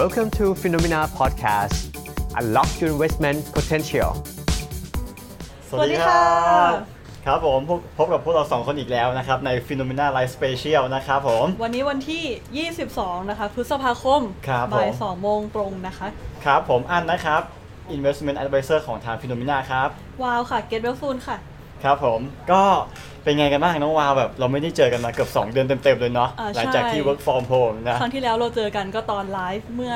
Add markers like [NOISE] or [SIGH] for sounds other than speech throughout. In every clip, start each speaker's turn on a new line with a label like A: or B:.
A: Welcome to Phenomena Podcast Unlock your investment potential
B: สวัสดี
C: สวัสดี
B: ค่ะ
C: ค่ะ
B: ครับผมพบพบกับพวกเราสองคนอีกแล้วนะครับ ใน Phenomena Life Special นะครับผม
C: วันนี้วันที่ 22 นะคะ พฤษภาคม
B: ครับ
C: บ่าย
B: ผม
C: 2โมงตรงนะคะ
B: ครับผมอันนะครับ Investment Advisor ของทาง Phenomena ครับ
C: วาวค่ะ เกตเวลซูนค่ะ
B: ครับผมก็เป็นไงกันบ้างน้องวาวแบบเราไม่ได้เจอกันมาเกือบ 2 เดือนเต็มๆเลยเนาะ
C: อ่า
B: ห
C: ใช่
B: ลัจากที่ work from home นะ
C: ครั้งที่แล้วเราเจอกันก็ตอนไลฟ์เมื่อ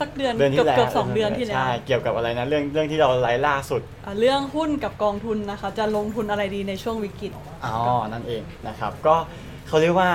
C: สักเดือน
B: เดือน
C: เกื
B: ที่
C: อบ
B: แล้ว
C: เกือบสองเดือนที่แล้ว
B: ใช่เกี่ยวกับอะไรนะเรื่องเรื่องที่เราไลฟ์ล่าสุด
C: อ่ะเรื่องหุ้นกับกองทุนนะคะ จะลงทุนอะไรดีในช่วงวิกฤต
B: อ๋อนั่นเองนะครับ ก็เขาเรียกว่า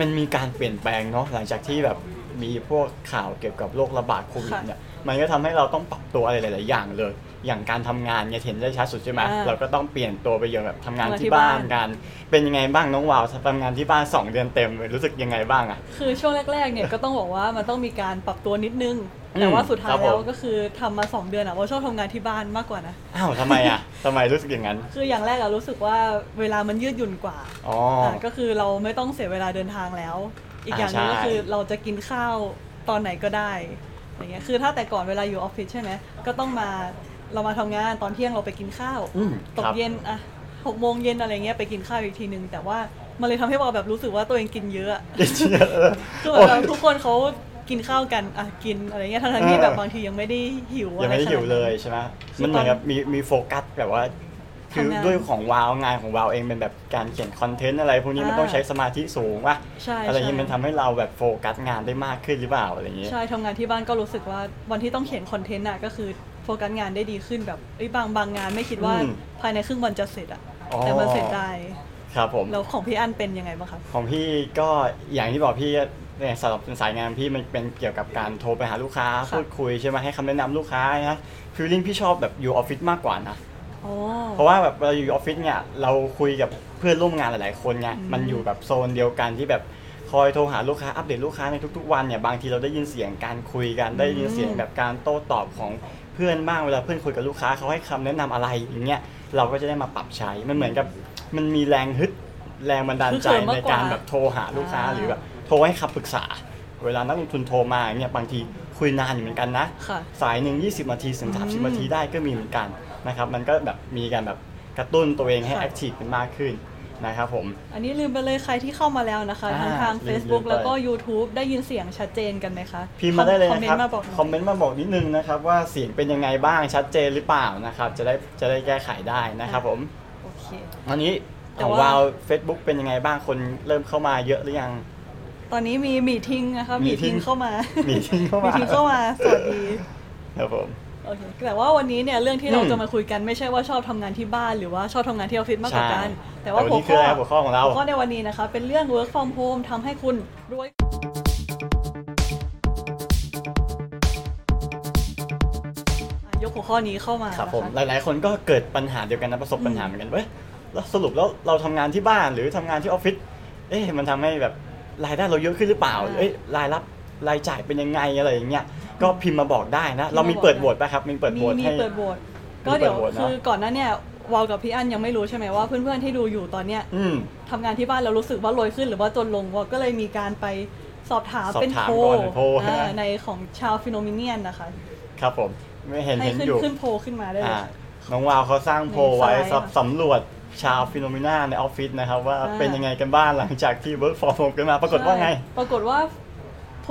B: มันมีการเปลี่ยนแปลงเนาะหลังจากที่แบบมีพวกข่าวเกี่ยวกับโรคระบาดโควิด
C: ค่ะ
B: เนี่ยมันก็ทำให้เราต้องปรับตัวอะไรหลาย ๆ อย่างเลย อย่างการทำงานเนี่ยเห็นได้ชัดสุดใช่ไหม
C: อ่า
B: เราก็ต้องเปลี่ยนตัวไปเยอะแบบทำงาน
C: ทำงานที่
B: ที่บ้าน
C: บ้าน
B: กันเป็นยังไงบ้างน้องวาวทำงานที่บ้านสองเดือนเต็มรู้สึกยังไงบ้างอะ
C: คือช่วงแรกๆเนี่ย ก็ต้องบอกว่ามันต้องมีการปรับตัวนิดนึง
B: อืม
C: แต่ว่าสุดท้า
B: ครั
C: ย
B: บผม
C: แล้วก็คือทำมาสองเดือนอะว่าชอบทำงานที่บ้านมากกว่านะ
B: อ้าวทำไมอ่ะ ทำไมรู้สึกอย่างนั้น
C: คืออย่างแรกเรารู้สึกว่าเวลามันยืดหยุ่นกว่า
B: อ๋อ
C: อ่ะก็คือเราไม่ต้องเสียเวลาเดินทางแล้ว อีก
B: อ่า
C: อย่างหนึงก็
B: ใช่
C: คือเราจะกินข้าวตอนไหนก็ได้อย่างเงี้ยคือถ้าแต่ก่อนเวลาอยู่ออฟฟิศใช่ไหมก็ต้องมาเรามาทำงานตอนเที่ยงเราไปกินข้าว
B: อืมค
C: ตก
B: รับ
C: เย็นอ่ะหกโมงเย็นอะไรเงี้ยไปกินข้าวอีกทีนึง แต่ว่ามันเลยทำให้เราแบบรู้สึกว่าตัวเองกินเยอะอะคือเหมือนแบบทุกคนเขากินข้าวกันอ่ะกินอะไรเงี้ยทั้งๆที่แบบบางทียังไม่ได้หิวอะ
B: ยัง
C: ไร
B: ไม่ได้
C: ขนา
B: หิว
C: นั้น
B: เลยใช่ไหม
C: คื
B: มั
C: อน
B: เหมือนกับมีมีโฟกัสแบบว่า คือ
C: ทำงาน
B: ด้วยของวาวงานของวาวเองเป็นแบบการเขียนคอนเทนต์อะไรพวกนี้มัน
C: อ่า
B: ต้องใช้สมาธิสูงว่ะ
C: ใช่
B: อะไรอย่างนี้
C: ใช่
B: มันทำให้เราแบบโฟกัสงานได้มากขึ้นหรือเปล่าอะไรอย่างนี้
C: ใช่ทำงานที่บ้านก็รู้สึกว่าวันที่ต้องเขียนคอนเทนต์อะก็คือโฟกัสงานได้ดีขึ้นแบบเอ้ยบางบางงานไม่คิดว่า
B: อืม
C: ภายในครึ่งวันจะเสร็จอะ
B: อ๋อ
C: แต่มันเสร็จได้
B: ครับผม
C: แล้วของพี่อันเป็นยังไงบ้างคะ
B: ของพี่ก็อย่างที่บอกพี่เนี่ยสำหรับสายงานพี่มันเป็นเกี่ยวกับการโทรไปหาลูกค้า
C: ค่ะ
B: พูดคุยใช่ไหมให้คำแนะนำลูกค้านะฟีลลิ่งพี่ชอบแบบอยู่ออฟฟิศมากกว่านะ
C: อ๋อ
B: เพราะว่าแบบเราอยู่ออฟฟิศเนี่ยเราคุยกับเพื่อนร่วมงานหลาย ๆ คนไงมันอยู่แบบโซนเดียวกันที่แบบคอยโทรหาลูกค้าอัปเดตลูกค้าในทุก ๆ วันเนี่ยบางทีเราได้ยินเสียงการคุยกันได้ยินเสียงแบบการโต้ตอบของเพื่อนบ้างเวลาเพื่อนคุยกับลูกค้าเขาให้คำแนะนำอะไรอย่างเงี้ยเราก็จะได้มาปรับใช้มันเหมือนกับมันมีแรงฮึดแรงบันดาลใจใน
C: คือเขินมากกว่า
B: การแบบโทรหาลูกค้า
C: อ่า
B: หรือแบบโทรให้คำปรึกษา เวลานักลงทุนโทรมาเนี่ยบางทีคุยนานอยู่เหมือนกันนะ
C: ค่ะ
B: สายหนึ่ง20 นาทีถึง
C: อืม
B: 30 นาทีได้ก็มีเหมือนกันนะครับ มันก็แบบมีการแบบกระตุ้นตัวเองให้
C: ค่ะ
B: แอคทีฟเป็นมากขึ้นนะครับผม
C: อันนี้ลืมไปเลยใครที่เข้ามาแล้วนะคะ
B: อ่า
C: ทั้งทาง
B: ลืม
C: Facebook
B: ลืมไป
C: แล้วก็ YouTube ได้ยินเสียงชัดเจนกันไหมคะ
B: พิมพ์มาได้เลย
C: คอ
B: นะ
C: มเมน
B: ครับ
C: ต์มาบอกหน่อย
B: คอมเมนต์มาบอกนิดนึงนะครับ ว่าเสียงเป็นยังไงบ้างชัดเจนหรือเปล่านะครับ จะได้จะได้แก้ไขได้นะครับผม
C: โอเค
B: วันนี้
C: แต่
B: ของ
C: ว่า
B: วาว Facebook เป็นยังไงบ้างคนเริ่มเข้ามาเยอะหรือยัง
C: ตอนนี้มีมีทิ้งนะคะมี
B: meeting
C: ทิ้งเข้ามา
B: [LAUGHS] มี
C: มี
B: ทิ้งเข้ามา
C: ทิ้งเข้ามาสวัสดี
B: ครับผม
C: โอเคแต่ว่าวันนี้เนี่ยเรื่องที่เรา
B: อืม
C: จะมาคุยกันไม่ใช่ว่าชอบทำงานที่บ้านหรือว่าชอบทำงานที่ออฟฟิศมากกว่ากัน
B: ใช่
C: แต่ว่า
B: แต่วัน
C: หั
B: นี้
C: ว
B: คือ
C: ข้อ
B: อะไรหัวข้อของเรา
C: หัวข้อในวันนี้นะคะเป็นเรื่อง work from home ทำให้คุณรวย ยกหัวข้อนี้เข้ามา
B: ครับผมห
C: นะะ
B: ลาย ๆ คนก็เกิดปัญหาเดียวกันนะประสบปัญหาเหมือนกันเว้ยแล้วสรุปแล้วเราทำงานที่บ้านหรือทำงานที่ออฟฟิศเอ๊ะมันทำให้แบบรายได้เราเยอะขึ้นหรือเปล่า
C: อ่า
B: เอ้ยรายรับรายจ่ายเป็นยังไงอะไรอย่างเงี้ยก็พิมพ์มาบอกได้นะ
C: พิมพ์มา
B: เรามีเปิด
C: บอก
B: โหวต
C: นะ
B: ป่ะครับมีเปิดโหวต
C: มี
B: ให้
C: เปิดโหวต
B: มี
C: ก็เดี๋ยว
B: เปิดโหวตเนอะ
C: คือก่อนหน้าเนี่ยวาวกับพี่อันยังไม่รู้ใช่ไหมว่าเพื่อนๆที่ดูอยู่ตอนเนี้ย
B: อืม
C: ทำงานที่บ้านเรารู้สึกว่ารวยขึ้นหรือว่าจนลงว่าก็เลยมีการไปสอบถาม
B: สอบถาม
C: เป็นโพล
B: ก่อนเป็นโพลใช่ไหม
C: อ่าในของชาวฟิโนมิเนียนนะคะ
B: ครับผมไม่เห็น
C: ให้
B: เห็น
C: ขึ้น
B: อยู่
C: ขึ้นโพลขึ้นมาได้เลย
B: อ่า
C: ค่ะ
B: น้องวาวเขาสร้างโพลไว้
C: ในสไลด์
B: สำรวจชาวฟิโนเมนาในออฟฟิศนะครับว่า
C: อ่า
B: เป็นยังไงกันบ้างหลังจากที่ work from home กันมา ปรากฏว่าไง
C: ใช่ปรากฏว่า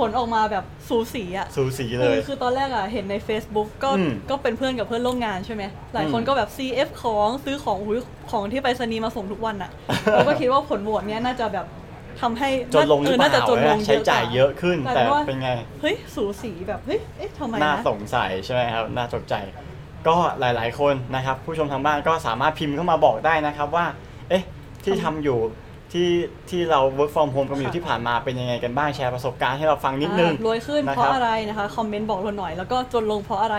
C: ผลออกมาแบบสูสีอะ
B: สูสีเล
C: คื
B: ย
C: อคือตอนแรกอะเห็นใน Facebook ก็
B: อืม
C: ก็เป็นเพื่อนกับเพื่อนร่วมงานใช่ไหมหลายคน
B: อืม
C: ก็แบบ CF ของซื้อของอุ๊ยของที่ไปสนีย์มาส่งทุกวันอะ
B: [LAUGHS]
C: เราก็คิดว่าผลโหวตเนี้ยน่าจะแบบทำให้
B: จนลงหรือ
C: เออ
B: เป
C: น่าจะ
B: ล่า
C: จนลง
B: ใช้จ่ายเยอะขึ้น
C: กลาย
B: แต่
C: เป็นว่า
B: เป็นไง
C: เฮ้ยสูสีแบบเฮ้ยเอ๊ะทำไม
B: น่า
C: นะ
B: สงสัยใช่ไหมครับ น่าตกใจ ก็หลาย ๆ คนนะครับ ผู้ชมทางบ้านก็สามารถพิมพ์เข้ามาบอกได้นะครับว่า เอ๊ะ ที่ทำอยู่ที่ที่เรา work from home กันอยู่
C: ค่ะ
B: ที่ผ่านมาเป็นยังไงกันบ้างแชร์ประสบการณ์ให้เราฟังนิดนึง
C: อ่ารวยขึ้น
B: นะค
C: เพ
B: บ
C: ราะอะไรนะคะคอมเมนต์บอกเราหน่อยแล้วก็จนลงเพราะอะไร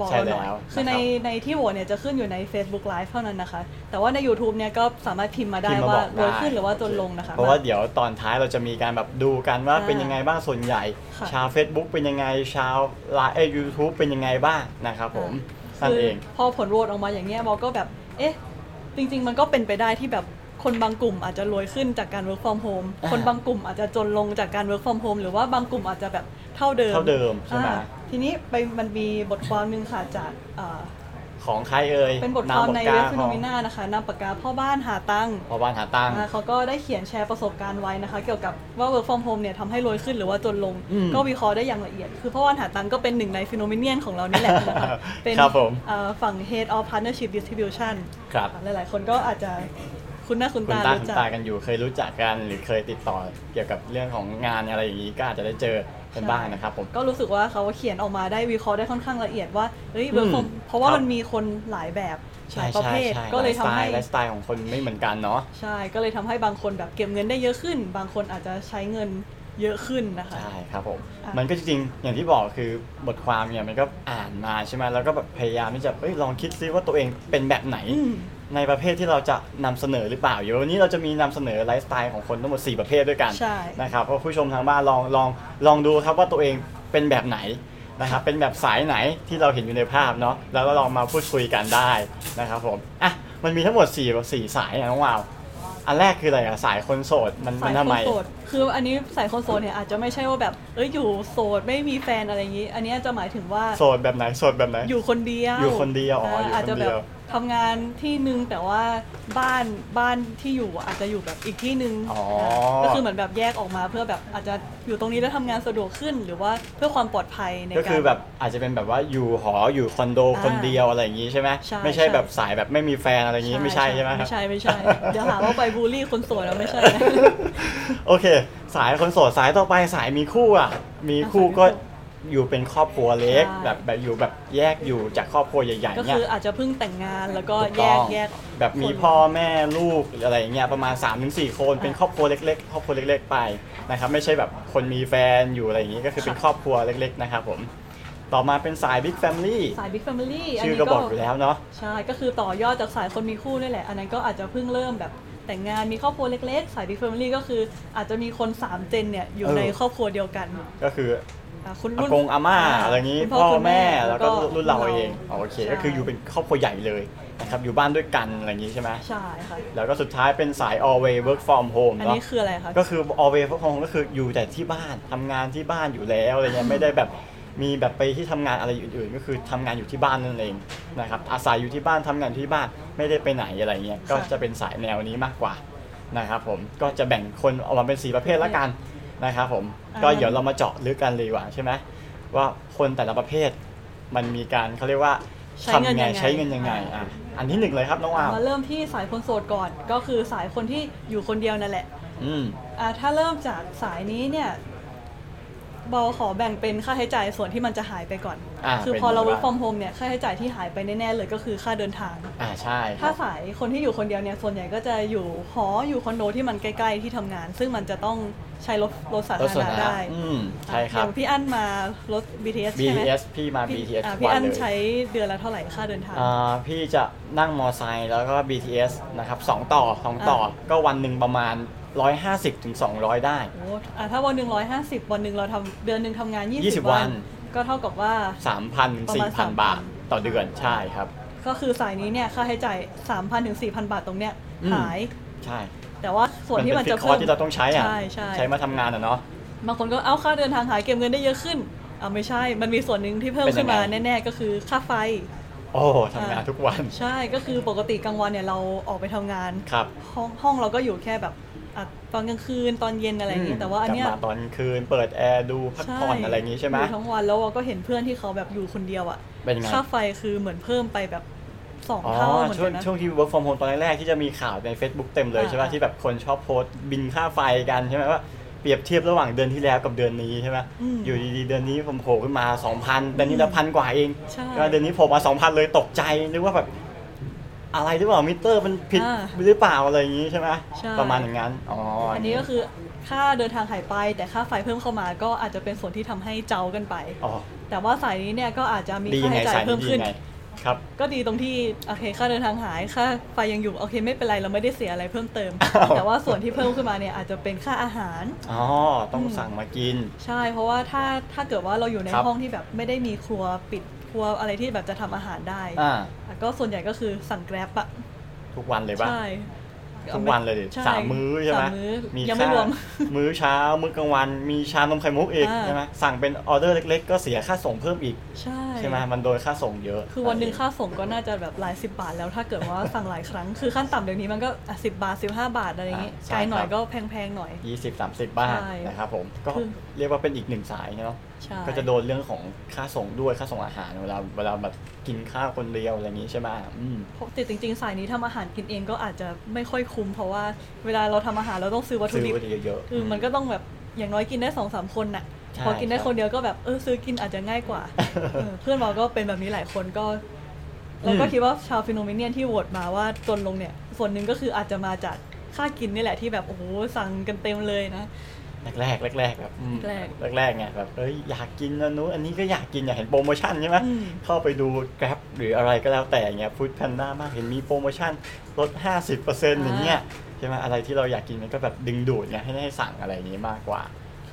C: บอกเราหน่อย
B: ใช่แล้ว
C: คือในในที่โหวตเนี่ยจะขึ้นอยู่ใน Facebook Live เท่านั้นนะคะ แต่ว่าใน YouTube เนี่ยก็สามารถพิมพ์มาได้
B: พิมพ์ม
C: ว่า
B: บอก
C: รวยขึ้นหรือว่าจนลงนะคะ
B: เพราะว่าเดี๋ยวตอนท้ายเราจะมีการแบบดูกันว่า
C: อ่า
B: เป็นยังไงบ้างส่วนใหญ่
C: ค่ะ
B: ชาว Facebook เป็นยังไงชาวไลน์ยูทูบเป็นยังไงบ้างนะครับผม
C: ะ
B: นั่น
C: คือ
B: เอง
C: พอผลโหวตออกมาอย่างเงี้ยบอกก็แบบ เอ๊ะ จริง ๆ มันก็เป็นไปได้ที่แบบ คนบางกลุ่มอาจจะรวยขึ้นจากการ work from home
B: อ่า
C: คนบางกลุ่มอาจจะจนลงจากการ work from home หรือว่าบางกลุ่มอาจจะแบบเท่าเดิม
B: เท่าเดิมใช่ไหม
C: อ่าทีนี้ไปมันมีบทความหนึ่งค่ะจากอ่า
B: ของใครเอ่ย
C: เป็นบทความใน
B: ม
C: เว็บ
B: ปากกา
C: ฟิโนมิน่านะคะนามปากกาพ่อบ้านหาตังค์
B: พอบ้านหาตังค์
C: อ่าเขาก็ได้เขียนแชร์ประสบการณ์ไว้นะคะ เกี่ยวกับว่า work from home เนี่ยทำให้รวยขึ้นหรือว่าจนลง
B: อืม
C: ก็วิเคราะห์ได้อย่างละเอียด คือพ่อบ้านหาตังค์ก็เป็นหนึ่งในฟิโนมิเนียนของเรานี่แหละ
B: [LAUGHS]
C: นะคะเป็น
B: ครับผม
C: อ่าฝั่ง head of partnership distribution
B: ครับ
C: หลาย ๆ คนก็อาจจะคุ้นหน้าคุ้น
B: คุณ
C: ตา
B: ตาคุ
C: รู้
B: ณ
C: จัก
B: ตากันอยู่เคยรู้จักกันหรือเคยติดต่อเกี่ยวกับเรื่องของงานอะไรอย่างนี้ก็อาจจะได้เจอกันบ้างนะครับผม
C: ก็รู้สึกว่าเขาเขียนออกมาได้วิเคราะห์ได้ค่อนข้างละเอียดว่าเฮ้ย
B: อืม
C: เวิร์กมเพราะว่า
B: ครับ
C: มันมีคนหลายแบบห
B: ใช่
C: ลายประ
B: ใช่
C: เภท
B: ใช่
C: ก็เลยทำให้
B: ไลฟ์สไตล์ของคนไม่เหมือนกันเนาะ
C: ใช่ก็เลยทำให้บางคนแบบเก็บเงินได้เยอะขึ้น บางคนอาจจะใช้เงินเยอะขึ้นนะคะ
B: ใช่ครับผม
C: อ่ะ
B: มันก็จริงๆ อย่างที่บอกคือบทความเนี่ยมันก็อ่านมาใช่ไหมแล้วก็แบบพยายามที่จะเอ้ยลองคิดซิว่าตัวเองเป็นแบบไหน
C: อืม
B: ในประเภทที่เราจะนำเสนอหรือเปล่าเดี๋ยววันนี้เราจะมีนำเสนอไลฟ์สไตล์ของคนทั้งหมด 4 ประเภทด้วยกัน
C: ใช่
B: นะครับก็ผู้ชมทางบ้านลองลองลองดูครับว่าตัวเองเป็นแบบไหนนะครับเป็นแบบสายไหนที่เราเห็นอยู่ในภาพเนาะแล้วก็ลองมาพูดคุยกันได้นะครับผมอ่ะมันมีทั้งหมด4ี่สี่สายอะน้องวาวอันแรกคืออะไรอะสายคนโสดมันมั
C: สาน ย
B: ทำ
C: ค
B: ไม
C: นโสดคืออันนี้สายคนโสดเนี่ยอาจจะไม่ใช่ว่าแบบเอ้ยอยู่โสดไม่มีแฟนอะไรอย่างนี้ อันเนี้ยจะหมายถึงว่า
B: โสดแบบไหนโสดแบบไหน
C: อยู่คนเดียว
B: อยู่คนเดียวอ๋ออยู่คนเดียว
C: อาจจะแบบทำงานที่นึงแต่ว่าบ้านบ้านที่อยู่อาจจะอยู่แบบอีกที่นึง
B: อ๋อ
C: ก็คือเหมือนแบบแยกออกมาเพื่อแบบอาจจะอยู่ตรงนี้แล้วทำงานสะดวกขึ้น หรือว่าเพื่อความปลอดภัยในการ
B: ก็คือแบบอาจจะเป็นแบบว่าอยู่หออยู่คอนโด
C: อ่า
B: คนเดียวอะไรอย่างนี้ใช่ไหม
C: ใช่
B: ไม่ใช่
C: ใช่
B: แบบสายแบบไม่มีแฟนอะไรอย่างนี้ไม่ใช่ใช่ไหมครับ
C: ไม่ใช่ไม่ใช่เดี๋ยวหาว่าไปบูลลี่คนโสดแล้วไม่ใช่นะ
B: โอเค สายคนโสดสายต่อไปสายมีคู่อ่ะ มีคู่ก็อยู่เป็นครอบครัวเล็ก
C: ใช่
B: แบบแบบอยู่แบบแยกอยู่จากครอบครัวใหญ่
C: ก็
B: ๆเนี่
C: คื
B: ย
C: ออาจจะเพิ่งแต่งงานแล้วก็
B: ถู
C: แย
B: ต้อง
C: กแยก
B: แบบมี
C: คน
B: พ่อแม่ลูกหรืออะไรอย่างเงี้ยประมาณ3ามถึงสคนเป็นครอบครัวเล็กๆครอบครัวเล็ก ๆ ไปนะครับไม่ใช่แบบคนมีแฟนอยู่อะไรอย่างงี้ก็คือเป็นครอบครัวเล็ก ๆ นะครับผมต่อมาเป็นสายบิ๊กแฟมิลี่
C: สายบิ๊กแฟมิลี่อัน
B: ชื่อ
C: นี้
B: ก็
C: ก็
B: บอกอยู่แล้วเนาะ
C: ใช่ก็คือต่อยอดจากสายคนมีคู่นี่แหละ อันนั้นก็อาจจะเพิ่งเริ่มแบบแต่งงานมีครอบครัวเล็กๆ สายบิ๊กแฟมิลี่ก็คืออาจจะมีคนสามเจนเนี่ยอยู่
B: เออ
C: ในครอบครัวเดียวกัน
B: ก็คือ
C: อ่ะคุณ
B: อา
C: รุ่น
B: กงอาม่าอะไรอย่างนี้
C: คุณ
B: พ่อ
C: คุณ
B: แม่แล้วก็รุ่นเราเอง
C: รา
B: อ๋อโอเค
C: ใช่
B: ก็คืออยู่เป็นครอบครัวใหญ่เลยนะครับอยู่บ้านด้วยกันอะไรอย่างนี้ใช่ไหม
C: ใช่ค่ะ
B: แล้วก็สุดท้ายเป็นสาย always work from home
C: อัน
B: เนาะ
C: นี้คืออะไรคะ
B: ก็คือ always work from home ก็คืออยู่แต่ที่บ้านทำงานที่บ้านอยู่แล้วอะไรเงี้ยไม่ได้แบบมีแบบไปที่ทำงานอะไรอื่นๆ ก็คือทำงานอยู่ที่บ้านนั่นเองนะครับอาศัยอยู่ที่บ้านทำงานที่บ้านไม่ได้ไปไหนอะไรเงี้ยก็จะเป็นสายแนวนี้มากกว่านะครับผมก็จะแบ่งคนออกมาเป็นสีประเภทละกัน นะครับผม
C: อ่า
B: ก็เดี๋ยวเรามาเจาะลึกกันเลยดีกว่าใช่ไหมว่าคนแต่ละประเภทมันมีการเขาเรียกว่า
C: ใช้เงิน
B: ทำไง
C: ยังไง
B: ใช้เงินยังไงอ่ะอันที่หนึ่งเลยครับน้องวาว
C: มาเริ่มที่สายคนโสดก่อน ก็คือสายคนที่อยู่คนเดียวนั่นแหละ
B: อืม
C: อ่าถ้าเริ่มจากสายนี้เนี่ยเบาขอแบ่งเป็นค่าใช้จ่ายส่วนที่มันจะหายไปก่อน
B: อ่า
C: คือ
B: ป็น
C: พอเรา
B: ยังไง
C: work from home เนี่ยค่าใช้จ่ายที่หายไปแน่ๆเลยก็คือค่าเดินทาง
B: อ่าใช่ค
C: ถ้า
B: รับ
C: สายคนที่อยู่คนเดียวเนี่ยส่วนใหญ่ก็จะอยู่หออยู่คอนโดที่มันใกล้ ๆที่ทำงาน ซึ่งมันจะต้องใช้รถรถสาธารณะได้
B: อืมใช่ครั
C: อบ ย่างพี่อั้นมารถ BTS ใช่ไหม
B: BTS พี่มา BTS
C: อ่า
B: ทุก
C: พี่
B: วัน
C: อั้น
B: เลย
C: ใช้เดือนละเท่าไหร่ค่าเดินทาง
B: อ่าพี่จะนั่งมอไซค์แล้วก็ BTS นะครับสองต่อสองต่ออก็วันหนึ่งประมาณ 150ถึง200 ได้
C: โอ้อ่ะถ้าวันหนึ่งร้อยห้าสิบวันหนึ่งเราทำเดือนหนึ่งทำงานยี่สิบ
B: 20วั
C: วัน น ก็เท่ากับว่า
B: 3,000ถึง
C: ประมาณ
B: 4,000 บาท
C: 3,000
B: ต่อเดือนใช่ครับ
C: ก็คือสายนี้เนี่ยค่าใช้จ่ายสามพันถึงสี่พันบาทตรงเนี้ย
B: อืม
C: หาย
B: ใช่
C: แต่ว่าส่วนที่มัน
B: เป็
C: จะ
B: คอ
C: เพิ่
B: ร์
C: ม
B: สที่เราต้องใช้อ่ะ
C: ใช่ใช่
B: มาทำงานอ่ะเนาะ
C: บางคนก็เอาค่าเดินทางหายเก็บเงินได้เยอะขึ้นอ่ะไม่ใช่ มันมีส่วนหนึ่งที่เพิ่ม
B: เป็นยังไง
C: ขึ้นมาแน่ๆก็คือค่าไฟ
B: โอ้ทำงานทุกวัน
C: ใช่ก็คือปกติกลางวันเนี่ยเราออกไปทำงาน
B: ครับ
C: ห้องห้องเราก็อยู่แค่แบบอ่ะตอนกลางคืนตอนเย็นอะไรอย่างนี้
B: ม
C: แต่ว่าอันเนี้ย
B: กลับมาตอนคืนเปิดแอร์ดูพักผ่อนอะไรอย่างนี้ใช่ไหม
C: ยู่ทั้งวันแล้วเราก็เห็นเพื่อนที่เขาแบบอยู่คนเดียวอะ
B: เป็นไง
C: ค่าไฟคือเหมือนเพิ่มไปแบบสอง
B: อ๋อ
C: เท่าเหมือน
B: ช่ว
C: กั
B: ง
C: นนะ
B: ช่วงที่ work from home ตอนแรกๆที่จะมีข่าวใน Facebook เต็มเลย
C: อ่า
B: ใช่ไหม
C: อ่า
B: ที่แบบคนชอบโพสต์บินค่าไฟกันใช่ไหมว่าเปรียบเทียบระหว่างเดือนที่แล้วกับเดือนนี้ใช่ไหม
C: อืม
B: อยู่ดีๆเดือนนี้ผมโผล่ขึ้นมา 2,000เดือนนี้ละพันกว่าเอง
C: ใช่
B: แล้วเดือนนี้โผมมา 2,000 เลยตกใจนึกว่าแบบอะไรหรือเปล่ามิเตอร์มันผิด
C: อ่า
B: หรือเปล่าอะไรอย่างนี้ใช่ไหม
C: ใช่
B: ประมาณอย่างนั้นอ๋อ
C: อั
B: อั
C: นนี้ก็คือค่าเดินทางหายไป แต่ค่าไฟเพิ่มเข้ามาก็อาจจะเป็นส่วนที่ทำให้เจ้ากันไป
B: อ๋อ
C: แต่ว่าสายนี้เนี่ยก็อาจจะมี
B: ดี
C: ค่า
B: ไง
C: ใช้จ่า
B: สาย ย
C: เพิ่ม
B: นี้ดี
C: ขึ้น
B: ไงครับ
C: ก็ดีตรงที่โอเคค่าเดินทางหายค่าไฟยังอยู่โอเคไม่เป็นไรเราไม่ได้เสียอะไรเพิ่มเติม
B: [LAUGHS] อ้าว
C: แต่ว่าส่วนที่เพิ่มขึ้นมาเนี่ยอาจจะเป็นค่าอาหาร
B: อ๋อต้องสั่งมากิน
C: ใช่ เพราะว่าถ้าถ้าเกิดว่าเราอยู่ใน
B: ครับ
C: ห้องที่แบบไม่ได้มีครัวปิดครัวอะไรที่แบบจะทำอาหารได้
B: อ่า
C: อ่ะก็ส่วนใหญ่ก็คือสั่งแกร็บอะ
B: ทุกวันเลยปะ
C: ใช่
B: ทุกวันเลยดิ
C: ใช่
B: สามมื้อใช่ไหม
C: สามมื้อ
B: มี
C: ยังไม่
B: ข้าว
C: รวม
B: มื้อเช้า มื้อกลางวัน มีชานมไข่มุกอีก
C: อ่า
B: ใช่ไหมสั่งเป็นออเดอร์เล็ก ๆ ก็เสียค่าส่งเพิ่มอีก
C: ใช่
B: ใช่ไหมมันโดนค่าส่งเยอะ
C: คือวันหนึ่งค่าส่งก็น่าจะแบบหลายสิบบาทแล้วถ้าเกิดว่าสั่งหลายครั้ง คือขั้นต่ำเดี๋ยวนี้มันก็สิบบาทสิบห้าบาทอะไรอย่างงี้ไกลหน่อยก็แพงๆหน่อย
B: ยี่สิบสามสิบบ้าง
C: ใช่
B: นะครับผมก็
C: คือ
B: เรียกว่าเป็นอีกหนึ่งสายเนาะ
C: ใช่
B: ก็จะโดนเรื่องของค่าส่งด้วยค่าส่งอาหารเวลาเวลาแบบกินข้าวคนเดียวอะไรอย่างนี้ใช่ไหมอืม
C: ปกติจริงๆสายนี้ทำอาหารกินเองก็อาจจะไม่ค่อยคุ้ม เพราะว่าเวลาเราทำอาหารเราต้องซื้อวัตถุ
B: ซื้อ
C: ดิบ
B: ไว้เยอะๆ
C: คือมันก็ต้องแบบอย่างน้อยกินได้สองสามคนน่ะ
B: ใช่
C: พอกินได้
B: ครับ
C: คนเดียวก็แบบเออซื้อกินอาจจะง่ายกว่าเออเพื่อนเราก็เป็นแบบนี้หลายคนก็เราก็
B: อืม
C: คิดว่าชาวฟิโนเมเนียนที่โหวตมาว่าจนลงเนี่ย ส่วนหนึ่งก็คืออาจจะมาจากค่ากินนี่แหละที่แบบโอ้โหสั่งกันเต็มเลยนะ
B: แรกๆแรกๆแบบอืม
C: แร
B: แรกๆไงแบบเอ้ยอยากกินอันนู้นอันนี้ก็อยากกินอยากเห็นโปรโมชั่นใช่ไหม
C: อืม
B: เข้าไปดู Grab หรืออะไรก็แล้วแต่เงี้ยฟู้ดแพนด้ามากเห็นมีโปรโมชั่นลด 50%อย่างเงี้ยใช่ไหมอะไรที่เราอยากกินมันก็แบบดึงดูดไงให้ให้สั่งอะไรอย่างนี้มากกว่า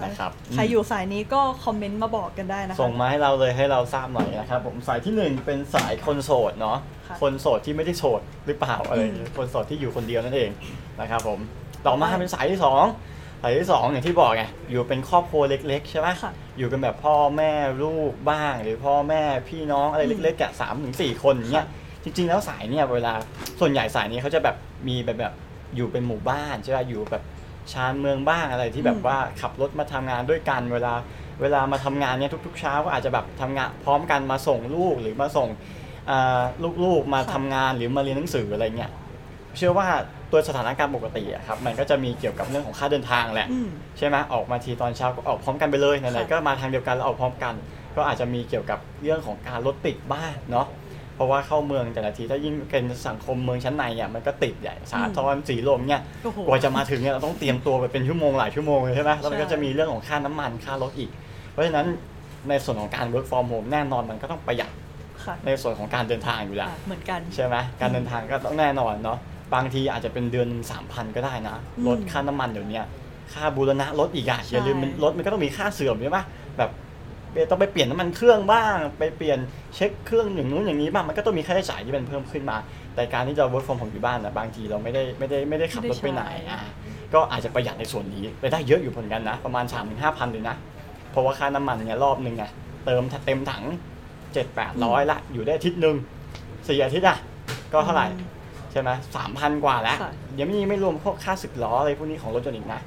B: นะครับ
C: ใครอยู่สายนี้ก็คอมเมนต์มาบอกกันได้
B: อืม
C: นะคะ
B: ส่งมาให้เราเลยให้เราทราบหน่อยนะครับผมสายที่หนึ่งเป็นสายคนโสดเนาะ
C: ค่ะ
B: คนโสดที่ไม่ได้โสดหรือเปล่าอะไรอย่างเงี้ยคนโสดที่อยู่คนเดียวนั่นเองนะครับผมต่อมาเป็นสายที่สอง สายที่สองอย่างที่บอกไงอยู่เป็นครอบครัวเล็กๆใช่ไหม
C: ค่ะ
B: อยู่กันแบบพ่อแม่ลูกบ้าง หรือพ่อแม่พี่น้องอะไรเล็กๆอะสามถึงสี่คนอย่างเงี้ยจริง ๆ แล้วสายเนี่ยเวลาส่วนใหญ่สายนี้เขาจะแบบมีแบบแบบอยู่เป็นหมู่บ้านใช่ไหมอยู่แบบชานเมืองบ้างอะไรที่แบ
C: อื
B: บ
C: ม
B: ว่าขับรถมาทำงานด้วยกันเวลาเวลามาทำงานเนี่ยทุก ๆ เช้าก็อาจจะแบบทำงานพร้อมกันมาส่งลูกหรือมาส่งอ่าลูกๆมา
C: ค่ะ
B: ทำงานหรือมาเรียนหนังสืออะไรเงี้ยเชื่อว่าตัวสถานการณ์ปกติอะครับมันก็จะมีเกี่ยวกับเรื่องของค่าเดินทางแหละ
C: อืม
B: ใช่ไหมออกมาทีตอนเช้าก็ออกพร้อมกันไปเลยไหน
C: ค่ะ
B: ๆก็มาทางเดียวกันแล้วออกพร้อมกัน ก็อาจจะมีเกี่ยวกับเรื่องของการรถติดบ้างเนาะเพราะว่าเข้าเมืองแต่ละทีถ้ายิ่งเป็นสังคมเมืองชั้นในเนี่ยมันก็ติดใหญ่สาทรสีลมเนี่ย
C: โอ้โห
B: กว่าจะมาถึงเนี่ยเราต้องเตรียมตัวไปเป็นชั่วโมงหลายชั่วโมงเลยใช่ไหมแล้วมันก็
C: ใช่
B: จะมีเรื่องของค่าน้ำมันค่ารถอีก เพราะฉะนั้นในส่วนของการ work from home แน่นอนมันก็ต้องประหยัด
C: ค่ะ
B: ในส่วนของการเดินทางอยู่แล้ว
C: อ่ะเหมือนกัน
B: ใช่ไหมการเดินทางก็ต้องแน่นอนเนาะบางทีอาจจะเป็นเดือน 3,000 ก็ได้นะ
C: อืม
B: ลดค่าน้ำมันเดี๋ยวเนี้ยค่าบูรณะรถอีกอะ
C: ใช่
B: อย่าลืมมันรถมันก็ต้องมีค่าเสื่อมใช่ไหมแบบต้องไปเปลี่ยนน้ำมันเครื่องบ้าง ไปเปลี่ยนเช็คเครื่องอย่างนู้นอย่างนี้บ้างมันก็ต้องมีค่าใช้จ่ายที่มันเพิ่มขึ้นมา แต่การที่จะ work from home อยู่บ้านนะบางทีเราไม่ได้ไม่ได้ไม่ได้ขับรถไปไหนอ่ะก็อาจจะประหยัดในส่วนนี้ไปได้เยอะอยู่เหมือนกันนะ ประมาณ 3-5,000เลยนะ เพราะว่าค่าน้ำมันเนี่ยรอบนึงอะเติมเต็มถังเจ็ดแปดร้อยละอยู่ได้อาทิตย์หนึ่งสี่อาทิตย์อะก็เท่าไหร่
C: อืม
B: ใช่ไหมสามพันกว่าแล้ว
C: ค่ะ
B: ยังไม่ไม่รวมพวกค่าสึกล้ออะไรพวกนี้ของรถยนต์อีกนะ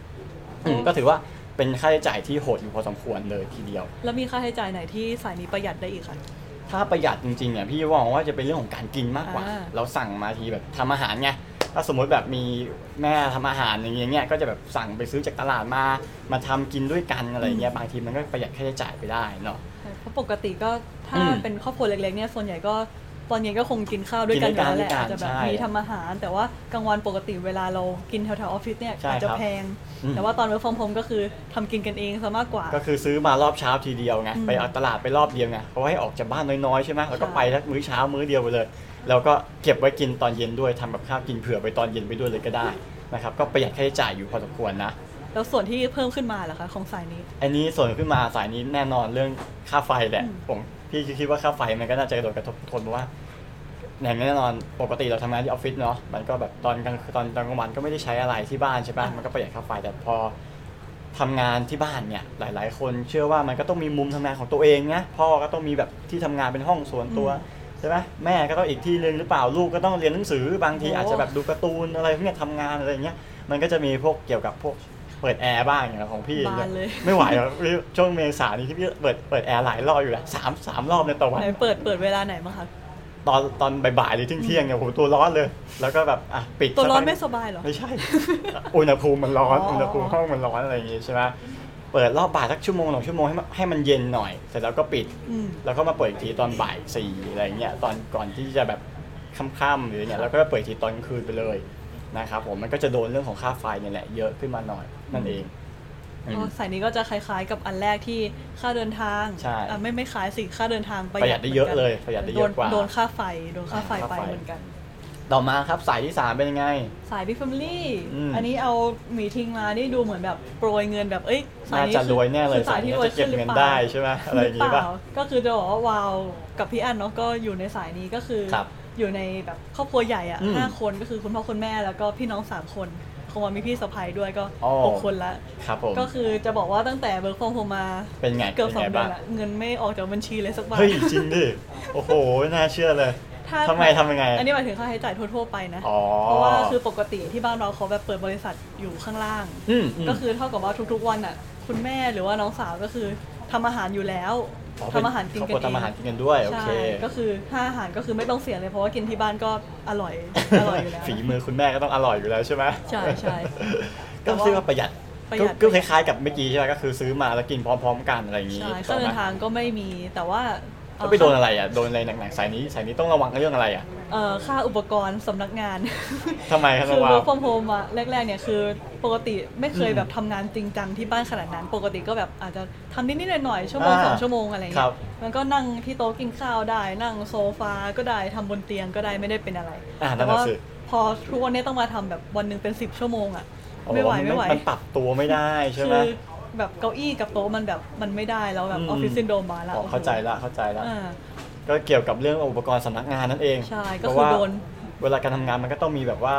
C: อืม
B: ก็ถือว่าเป็นค่าใช้จ่ายที่โหดอยู่พอสมควรเลยทีเดียว
C: แล้วมีค่าใช้จ่ายไหนที่สายนี้ประหยัดได้อีกคะ
B: ถ้าประหยัดจริงๆเนี่ยพี่ว่ามองว่าจะเป็นเรื่องของการกินมากกว่า
C: อ่า
B: เราสั่งมาทีแบบทำอาหารไงถ้าสมมติแบบมีแม่ทำอาหารอย่างเงี้ยก็จะแบบสั่งไปซื้อจากตลาดมามาทำกินด้วยกันอะไรเงี้ยบางทีมันก็ประหยัดค่าใช้จ่ายไปได้เนาะ
C: ใช่เพราะปกติก็ถ้า
B: อืม
C: เป็นครอบครัวเล็กๆเนี่ยส่วนใหญ่ก็ตอนเย็นก็คงกินข้าวด้วยกันอ
B: กิน
C: ยู่
B: ด้วยกัน
C: แล้ว
B: ด้วยกัน
C: แหละอาจจะแบบ
B: ใช่
C: มีทำอาหาร แต่ว่ากลางวันปกติเวลาเรากินแถวๆออฟฟิศเนี่ย
B: ใช่
C: อาจจะ
B: ครับ
C: แพง
B: อืม
C: แต่ว่าตอน work from home ก็คือทำกินกันเองซะมากกว่า
B: ก็คือซื้อมารอบเช้าทีเดียวไง
C: อืม
B: ไปเอาตลาดไปรอบเดียวไงเขาให้ออกจากบ้านน้อยๆใช่ไหมแล้วก็
C: ใช่
B: ไปทักมื้อเช้ามื้อเดียวไปเลย แล้วก็เก็บไว้กินตอนเย็นด้วยทำกับข้าวกินเผื่อไปตอนเย็นไปด้วยเลยก็ได้นะครับก็ประหยัดค่าใช้จ่ายอยู่พอสมควรนะ
C: แล้วส่วนที่เพิ่มขึ้นมาล่ะคะของสายนี้
B: อันนี้ส่วนขึ้นมาสายนี้แน่นอนเรื่องค่าไฟแหละ
C: อืม
B: ผมพี่คิดว่าค่าไฟมันก็น่าจะโดนกระทบทนเพราะว่าอย่างแน่นอนปกติเราทำงานที่ออฟฟิศเนาะมันก็แบบตอนกลางตอนตอนกลางวันก็ไม่ได้ใช้อะไรที่บ้านใช่ปะมันก็ประหยัดค่าไฟแต่พอ ทำงานที่บ้านเนี่ยหลาย ๆ คนเชื่อว่ามันก็ต้องมีมุมทำงานของตัวเองนะพ่อก็ต้องมีแบบที่ทำงานเป็นห้องส่วนตัว
C: อืม
B: ใช่ไหมแม่ก็ต้องอีกที่หนึ่งหรือเปล่าลูกก็ต้องเรียนหนังสือบางที
C: โอ้
B: อาจจะแบบดูการ์ตูนอะไรพวกเนี้ยทำงานอะไรอย่างเงี้ยมันก็จะมีพวกเกี่ยวกับพวกเปิดแอร์บ้างอย่างของพี่
C: บานเลย
B: ไม่ไหวหรอกพี่ [LAUGHS] ช่วงเมษานี่ที่พี่เปิดเปิดแอร์หลายรอบอยู่แล้วสามสามรอบในต่อวัน
C: ไหนเปิดเปิดเวลาไหนมาคะ
B: ตอนตอนบ่ายๆหรือเที่ยงๆเนี่ยผมตัวร้อนเลย แล้วก็แบบอ่ะปิด
C: ตัวร้อน
B: สักพัก
C: ไม่สบายเหรอ
B: ไม่ใช่ [LAUGHS] อุณหภูมิมันร้อน
C: อ๋ออุ
B: อุณหภูมิห้องมันร้อนอะไรอย่างงี้ใช่ไหมเปิดรอบบ่ายสักชั่วโมงสองชั่วโมงให้มันให้มันเย็นหน่อย เสร็จแล้วก็ปิด
C: อืม
B: แล้วก็มาเปิดอีกทีตอนบ่ายสี่อะไรเงี้ยตอนก่อนที่จะแบบค่ำๆหรืออย่างเงี้ยแล้วก็เปิดอีกทีตอนกลางคืนไปเลยนะครับผมมันก็จะโดนเรื่องของค่าไฟเนี่ยแหละเยอะขึ้นมาหน่อยนั่นเองอืม
C: ก็สายนี้ก็จะคล้ายๆกับอันแรกที่ค่าเดินทาง
B: ใช่
C: อ่ะไม่ไม่คล้ายสิค่าเดินทางประห
B: ประหยั
C: ยั
B: ดได้เยอะ
C: หมืน
B: เลยประหยัดได้เยอะ
C: โน
B: กว่า
C: โดนค่าไฟโดนค่าไฟ
B: อ่า
C: ไป
B: ค่าไฟ
C: เหมือนกัน
B: ต่อมาครับสายที่สามเป็นยังไง
C: สายบิ๊กแฟมลี่
B: อืม
C: อันนี้เอาหมีทิ้งมานี่ดูเหมือนแบบโปรยเงินแบบ เอ้ย สาย
B: น่า
C: นี้
B: จะรวยแน่เลย
C: คือสายที่
B: สายนี้
C: รวยขึ้นห
B: จะเก็บ
C: รือ
B: เงิน
C: เปล่า
B: ได้ใช่ไหมอะไรอย่างงี้
C: หเป
B: ป่ะ
C: ล่าก็คือจะบอกว่าวาวกับพี่อันเนาะก็อยู่ในสายนี้ก็คือ
B: ครับ
C: อยู่ในแบบครอบครัวใหญ่อะ
B: อืม
C: ห้าคนก็คือคุณพ่อคุณแม่แล้วก็พี่น้องสามคนคงว่ามีพี่สะใภ้ด้วยก็
B: อ๋อ
C: หกคนละ
B: ครับผม
C: ก็คือจะบอกว่าตั้งแต่เบิร์กฟองโฮมา
B: เป็นไง
C: เกือบสอง
B: ป็นไงบ้า
C: เดือง นละเงินไม่ออกจากบัญชีเลยสักบาท
B: เฮ้ยจริงดิโอ้โหน่าเชื่อเลย
C: ถ้า
B: ทำไมทำยังไง
C: อันนี้หมายถึงค่าใช้จ่ายทั่วๆไปนะ
B: อ๋อ
C: เพราะว่าคือปกติที่บ้านเราเขาแบบเปิดบริษัทอยู่ข้างล่าง
B: อืมม
C: ก็คือเท่ากับว่าทุกๆวันอ่ะ คุณแม่หรือว่าน้องสาวก็คือทำอาหารอยู่แล้ว
B: อ๋
C: ทำอาหารกินกั
B: ค
C: น
B: รอบครัว
C: เอง
B: ทำอาหารกินกันด้วยโอเค
C: ใช่ก็คือถ้าอาหารก็คือไม่ต้องเสียเลยเพราะว่ากินที่บ้านก็อร่อย
B: [LAUGHS]
C: อร่อยอยู่แล้ว
B: ฝีมือคุณแม่ก็ต้องอร่อยอยู่แล้วใช่ไหม
C: ใช่ใช่แต่
B: ก็
C: ว่า
B: ซื้อมาประหยัด
C: ประห
B: ก็
C: ยัด
B: ก็คล้ายๆกับเมื่อกี้ใช่ไหมก็คือซื้อมาแล้วกินพร้อม ๆ กันอะไรอย่างนี้
C: ใช่
B: ถู
C: ค่าก
B: ไห
C: เดิ
B: ม
C: นทางก็ไม่มีแต่ว่าเอ่
B: แล้
C: อ
B: วไปโดนอะไรอ่ะโดนอะไรหนักๆสายนี้สายนี้ต้องระวังเรื่องอะไรอ่ะ
C: เอ่อค่าอุปกรณ์สำนักงาน
B: ทำไมครับ
C: คือ
B: ว่า
C: work from home อะแรกๆเนี่ยคือปกติไม่เคย
B: อืม
C: แบบทำงานจริงจังที่บ้านขนาดนั้น ปกติก็แบบอาจจะทำนิดๆหน่อยๆชั่วโมง
B: อ่า
C: สองชั่วโมงอะไร
B: ค
C: เงี้
B: รั
C: ย
B: บ
C: มันก็นั่งที่โต๊ะกินข้าวได้ นั่งโซฟาก็ได้ทำบนเตียงก็ได้ไม่ได้เป็นอะไร
B: อ่านั่
C: แต่
B: นน่ะ
C: ว่า
B: สิ
C: พอทุกวันเนี้ต้องมาทำแบบวันหนึ่งเป็นสิบชั่วโมงอะ
B: โอ้โ
C: ไม่ไหวไม่ไหว
B: มันปรับตัวไม่ได้ใช่
C: คื
B: ไหม
C: อแบบเก้าอี้กับโต๊ะมันแบบมันไม่ได้แล้วแบบออฟฟิศซินโดมมาละ
B: อ๋อเข้าใจละเข้าใจละ
C: อ่า
B: ก็เกี่ยวกับเรื่องอุปกรณ์สำนักงานนั่นเอง
C: ใช่ก็
B: เพ
C: คือ
B: ราะว่า
C: โดน
B: เวลาการทำงานมันก็ต้องมีแบบว่า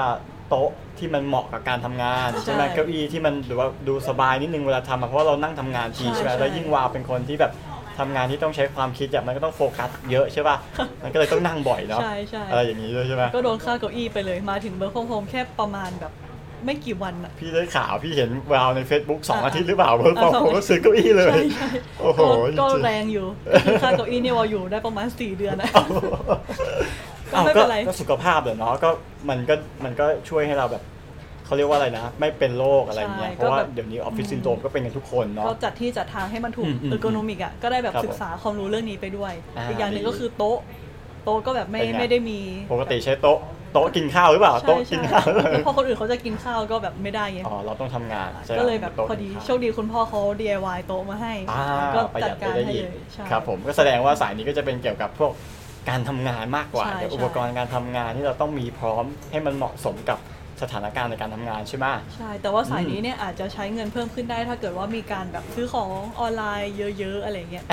B: โต๊ะที่มันเหมาะกับการทำงาน
C: ใช่
B: ใช่ไหมเก้าอี้ที่มันหรือว่าดูสบายนิดนึงเวลาทำอะเพราะว่าเรานั่งทำงานที
C: ใช่
B: ใช่ไหม
C: ใช่
B: แล้วยิ่งวาวเป็นคนที่แบบทำงานที่ต้องใช้ความคิดอะมันก็ต้องโฟกัสเยอะใช่ป่ะ
C: [LAUGHS]
B: มันก็เลยต้องนั่งบ่อยเนาะ
C: ใช่ใช่
B: อะไรอย่างนี้ด้วยใช่ไหม
C: ก็โดนค่าเก้าอี้ไปเลยมาถึงเบอร์โฮมแค่ประมาณแบบไม่กี่วันอะ
B: พี่ได้ข่าวพี่เห็นวาวใน Facebook สอง
C: อ่ะ
B: อาทิตย์หรือเปล่าเพิ่ง [LAUGHS] บอ
C: อ่ะ
B: ก
C: สอง
B: ผมก็ซื้อเก้าอี้เลย
C: ใช่ใช่
B: โอ้โหจ
C: ก็
B: ริงๆ
C: แรงอยู่ค่าเก้าอี้เนี่ยเราอยู่ได้ประมาณ 4 เดือนนะ ก็
B: อ้าว
C: ไม่
B: ก็
C: เป็นไร
B: ก็สุขภาพเหรอเนาะก็มันก็มันก็ช่วยให้เราแบบ เขาเรียกว่าอะไรนะ ไม่เป็นโรคอะไรเงี้ย
C: ใช่
B: เพราะว่า
C: ก็แบบ
B: เดี๋ยวนี้ออฟฟิศซินโดรมก็เป็นกันทุกคนเนาะ
C: เราจัดที่จัดทางให้มันถูก
B: อืมอืม
C: เออโกนมิกอ่ะก็ได้แบบ
B: ครับ
C: ศึกษาความรู้เรื่องนี้ไปด้วย
B: อ่า
C: อีกอย่างหนึ่ง
B: ดี
C: ก็คือโต๊ะ โต๊ะก็แบบไม่
B: เป็นไง
C: ไม่ได้มี
B: ปกติใช้โต๊ะโต๊ะกินข้าวหรือเปล่า
C: ใช่
B: โต๊ะกิ
C: ใช่
B: นข้าว
C: แล้วพอคนอื่นเขาจะกินข้าวก็แบบไม่ได้ไง
B: อ๋อเราต้องทำงานใช่
C: ก็เลยแบบ
B: โต๊ะ
C: พอดี
B: กินข้าว
C: โชคดีคุณพ่อเขา DIY โต๊ะมาให้
B: อ่า
C: ก็
B: ประห
C: จัด
B: ยัดไป
C: การ
B: ได้
C: ให้
B: อีก
C: เลยใช่
B: ครับผมก็แสดงว่าสายนี้ก็จะเป็นเกี่ยวกับพวกการทำงานมากกว่า
C: ใช่
B: เกี่ยวกับ
C: ใช่
B: อุปกรณ์การทำงานที่เราต้องมีพร้อมให้มันเหมาะสมกับสถานการณ์ในการทำงานใช่ไหม
C: ใช่ แต่ว่าสาย
B: อืม
C: นี้เนี่ยอาจจะใช้เงินเพิ่มขึ้นได้ถ้าเกิดว่ามีการแบบซื้อของออนไลน์เยอะๆอะไร
B: [LAUGHS]
C: เงี้ย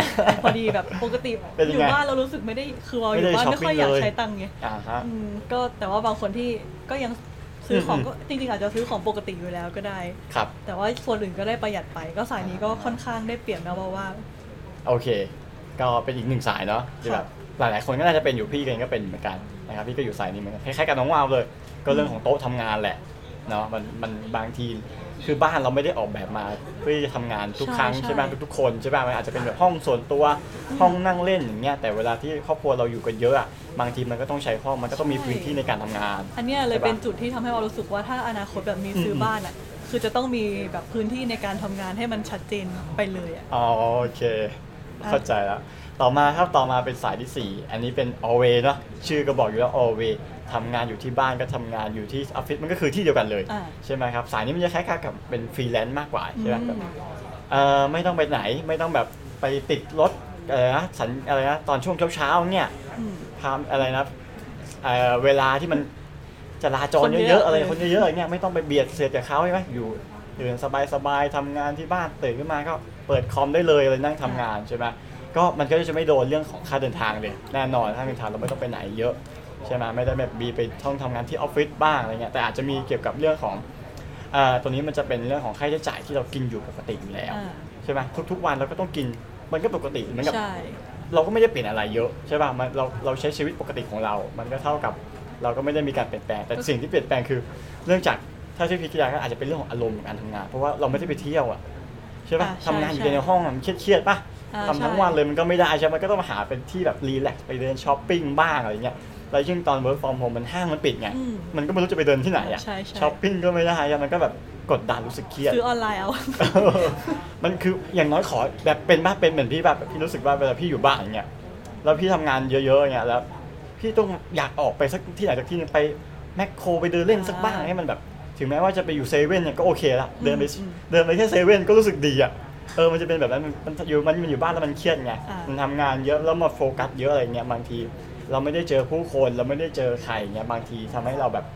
C: พอดีแบบปกติ
B: เป็น
C: อ
B: ยัง
C: ยู่
B: ไง
C: บ้านเรารู้สึกไม่ได้คือเราอ
B: ไม่
C: ยู่
B: ได้
C: บ้านไม่ค่อย
B: shopping
C: อยาก
B: เลย
C: ใช้ตังค์ไง
B: อ่าฮะ
C: อืมก็แต่ว่าบางคนที่ก็ยังซื้อของ
B: อืม
C: ก็จริงๆอาจจะซื้อของปกติอยู่แล้วก็ได้
B: ครับ
C: แต่ว่าส่วนอื่นก็ได้ประหยัดไป ก็สายนี้ก็ค่อนข้างได้เปรียบนะเพราะว่า
B: โอเค ก็เป็นอีกหนึ่งสายเนาะที่แบบหลายๆ คนก็น่าจะเป็นอยู่พี่เองก็เป็นเหมือนกันนะครับพี่ก็อยู่สายนี้เหมือนกันคล้ายๆกับน้องวาวเลย ก็เรื่องของโต๊ะทำงานแหละเนาะมันมันบางทีคือบ้านเราไม่ได้ออกแบบมาเพื่อจะทำงานทุก
C: ใช่
B: ครั้งใช่ไหม
C: ใช่
B: ทุกๆคนใช่ไหมมันอาจจะเป็นแบบห้องส่วนตัวห้องนั่งเล่นอย่างเงี้ยแต่เวลาที่ครอบครัวเราอยู่กันเยอะอะบางทีมันก็ต้องใช้ห้องมันก็ต้องมี
C: ใช่
B: พื้นที่ในการทำงาน
C: อันเนี้ยเลย
B: ใช่ปะ
C: เป็นจุดที่ทำให้เรารู้สึกว่าถ้าอนาคตแบบมีซื้ออ
B: ม
C: บ้านอ่ะ คือจะต้องมีแบบพื้นที่ในการทำงานให้มันชัดเจนไปเลยอ่ะ
B: อ๋อโอเค เข้าใจแล้ว ต่อมาครับต่อมาเป็นสายที่ 4 อันนี้เป็น always เนอะชื่อก็บอกอยู่แล้ว always ทำงานอยู่ที่บ้านก็ทำงานอยู่ที่ออฟฟิศมันก็คือที่เดียวกันเลย
C: อ่า
B: ใช่ไหมครับ สายนี้มันจะคล้ายๆกับเป็นฟรีแลนซ์มากกว่าใช่ไหมแบบ
C: อืม
B: เอ่อไม่ต้องไปไหนไม่ต้องแบบไปติดรถอะไรนะสัญอะไรนะตอนช่วงเช้าๆเนี่ย
C: อืม
B: พามอะไรนะเอ่อเวลาที่มันจราจร
C: คนเยอะ
B: เยอะๆอะไร
C: เออ
B: คนเยอะๆอย่างเงี้ยไม่ต้องไปเบียดเสียดกับเขาใช่ไหมอยู่อยู่สบายๆทำงานที่บ้านตื่นขึ้นมาก็เปิดคอมได้เลยเลยนั่งทำงานใช่ไหมก็มันก็จะไม่โดนเรื่องของค่าเดินทางเลยแน่นอนค่าเดินทางเราไม่ต้องไปไหนเยอะใช่ไหมไม่ได้แบบบีไปท่องทำงานที่ออฟฟิศบ้างอะไรเงี้ยแต่อาจจะมีเกี่ยวกับเรื่องของเอ่อตัวนี้มันจะเป็นเรื่องของค่าใช้จ่ายที่เรากินอยู่ปกติอยู่แล้ว
C: อ่า
B: ใช่ไหมทุกๆวันเราก็ต้องกินมันก็ปกติเหมือนกับ
C: ใช่
B: เราก็ไม่ได้เปลี่ยนอะไรเยอะใช่ป่ะมันเราเราใช้ชีวิตปกติของเรา มันก็เท่ากับเราก็ไม่ได้มีการเปลี่ยนแปลง แต่สิ่งที่เปลี่ยนแปลงคือ เรื่องจากถ้าชื่อพิจารณาก็อาจจะเป็นเรื่องของอารมณ์ของการทำงาน เพราะว่าเราไม่ได้ไปเที่ยวอ่ะใช่ป่ะ
C: อ่าใช่
B: ทำงานอยู่
C: ใช่
B: ในห้องอะมันเครียดๆป่ะ
C: อ่า
B: ทำทั้ง
C: ใช่
B: วันเลยมันก็ไม่ได้ใช่ไหมมันก็ต้องหาเป็นที่แบบรีแลกซ์ไปเดินช้อปปิ้งบ้างอะไรเงี้ยแล้วยิ่งตอน work from home มันห้างมันปิดไง
C: อืม
B: มันก็ไม่รู้จะไปเดินที่ไหนอ่ะ
C: ใช่ใช่
B: ช้อปปิ้งก็ไม่ได้อะมันก็แบบกดดันรู้สึกเครียด
C: ซื้อออนไลน์เอา
B: เออ [LAUGHS] มันคืออย่างน้อยขอแบบเป็นบ้างเป็นเหมือนพี่แบบพี่รู้สึกว่าเวลาพี่อยู่บ้านอย่างเงี้ยแล้วพี่ทำงานเยอะๆอย่างเงี้ยแล้วพี่ต้องอยากออกไปสักที่ไหนสักที่หนึงไปแมคโครไปเดินเล่นสักบ้าง
C: อ่า
B: ให้มันแบบ ถึงแม้ว่าจะไปอยู่เซเว่นเนี่ยก็โอเคละเดินไป
C: อืม
B: เดินไปแค่เซเว่นก็รู้สึกดีอ่ะเออมันจะเป็นแบบนั้นมันมันอยู่มันมันอยู่บ้านแล้วมันเครียดไง
C: อ่ามั
B: มันทำงานเยอะแล้วมาโฟกัสเยอะอะไรเงี้ยบางที เราไม่ได้เจอผู้คนเราไม่ได้เจอใครเงี้ยบางทีทำให้เราแบบ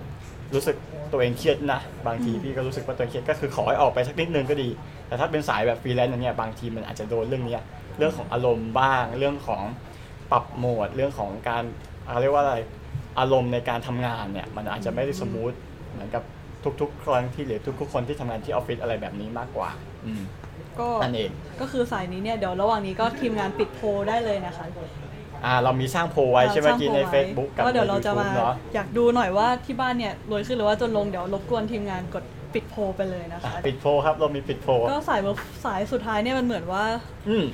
B: รู้สึกตัวเองเครียดนะ บางที
C: อืม
B: พี่ก็รู้สึกว่าตัวเองเครียดก็คือขอให้ออกไปสักนิดนึงก็ดี แต่ถ้าเป็นสายแบบฟรีแลนซ์อย่างเงี้ยบางทีมันอาจจะโดนเรื่องเนี้ยเรื่องของอารมณ์บ้าง เรื่องของปรับโหมด เรื่องของการอ่าเรียกว่าอะไร อารมณ์ในการทำงานเนี่ยมันอาจจะไม่ได้สมูทเหมือนกับทุกๆ คนที่หรือทุกๆคนที่ทำงานที่ออฟฟิศอะไรแบบนี้มากกว่า อืม
C: ก็
B: นั่นเอง
C: ก็คือสายนี้เนี่ยเดี๋ยวระหว่างนี้ก็ทีมงานปิดโพลได้เลยนะคะ
B: อ่าเรามีสร้างโพลไว้ใช่ไหม
C: สร้าง
B: กิน
C: โพล
B: ใน
C: ไว้
B: Facebook กับ
C: ก็
B: ใน
C: เดี๋ยวเราจะมา
B: YouTube เนาะ
C: อยากดูหน่อยว่าที่บ้านเนี่ยรวยขึ้นหรือว่าจนลงเดี๋ยวรบกวนทีมงานกดปิดโพลไปเลยนะ
B: อ่ะ
C: คะ
B: ปิดโพลครับเรามีปิดโพล
C: ก็สายเวิร์กสายสุดท้ายเนี่ยมันเหมือนว่า
B: อืม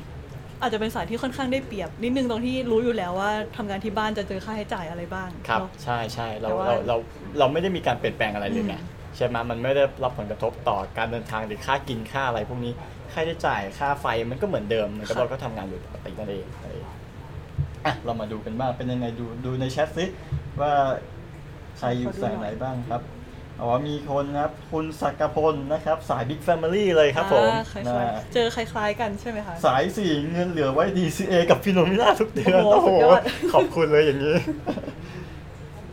C: อาจจะเป็นสายที่ค่อนข้างได้เปรียบนิดนึงตรงที่รู้อยู่แล้วว่าทำงานที่บ้านจะเจอค่าใช้จ่ายอะไรบ้าง
B: ครับ
C: เนอะ
B: ใช่ใช่เรา
C: แต่ว่า
B: เราเราเราไม่ได้มีการเปลี่ยนแปลงอะไรเลยไง
C: อืม
B: ใช่ไหมมันไม่ได้รับผลกระทบต่อการเดินทางหรือค่ากินค่าอะไรพวกนี้ค่าใช้จ่ายค่าไฟมันก็เหมือนเดิมเหมือนกับเราก็ทำงานอยู่ปกตินั่นเองอะไรอย่างเงี้ยอ่ะเรามาดูกันบ้างเป็นยังไงดูดูในแชทซิว่าใครอยู่สายไหนบ้างครับอ๋อมีคนนะครับคุณศักพลนะครับ สายบิ๊กแฟมิลี่เลยครับผม
C: อ่าคล้าย
B: นะ
C: ๆเจอคล้าย ๆ กันใช่ไหมคะ
B: สายสี่เงินเหลือไว้ DCA กับฟิโนมิน่าทุกเดือน
C: โอ้
B: โอ้
C: โห
B: โห
C: สุดยอด
B: ขอบคุณเลยอย่างนี้ [LAUGHS]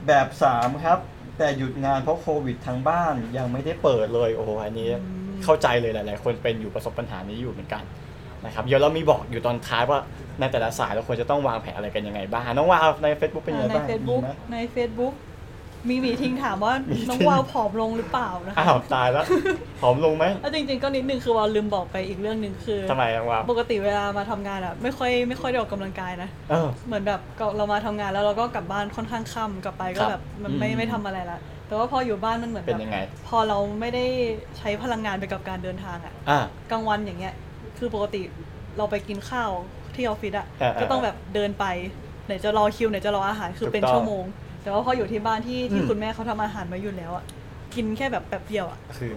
B: แบบสามครับ แต่หยุดงานเพราะโควิดทางบ้านยังไม่ได้เปิดเลย โอ้โห อันนี้เข้าใจเลยหลาย ๆ คนเป็นอยู่ประสบปัญหานี้อยู่เหมือนกันนะครับ เดี๋ยวเรามีบอกอยู่ตอนท้ายว่าในแต่ละสายเราควรจะต้องวางแผนอะไรกันยังไงบ้างน้องว่าใน Facebook เป็นยังไง
C: ใน
B: บ้าง
C: Facebook
B: มีไหม
C: ใน Facebook มีหมีทิ้งถามว่า
B: หมีทิ้ง
C: น้องวาวผอมลงหรือเปล่านะคะ
B: อ้าว
C: [LAUGHS]
B: ตายแล้วผอมลงไหม
C: แล้วจริงๆก็นิดนึงคือวาวลืมบอกไปอีกเรื่องหนึ่งคือ
B: ทำไมน้องว่า
C: ปกติเวลามาทำงานอะไม่ค่อยไม่ค่อยได้ออกกำลังกายนะ
B: เออ
C: เหมือนแบบก็เรามาทำงานแล้วเราก็กลับบ้านค่อนข้างค่ำกลับไปก็
B: ครับ
C: แบบมันไม่
B: อืม
C: ไม่ทำอะไรละแต่ว่าพออยู่บ้านมันเหมือน
B: เป็น
C: แบบ
B: ยังไง
C: พอเราไม่ได้ใช้พลังงานไปกับการเดินทางอะ
B: อ่ะ
C: กลางวันอย่างเงี้ย คือปกติเราไปกินข้าวที่ออฟฟิศอะ
B: เออเออ
C: ก็ต้องแบบเดินไป ไหนจะรอคิวไหนจะรออาหาร คือเป็น
B: ถูกต้อง
C: ชั่วโมง แต่ว่าพออยู่ที่บ้านที่ที่
B: อืม
C: คุณแม่เขาทำอาหารมาอยู่แล้วอะกินแค่แบบแป๊บเดียวอะ
B: คือ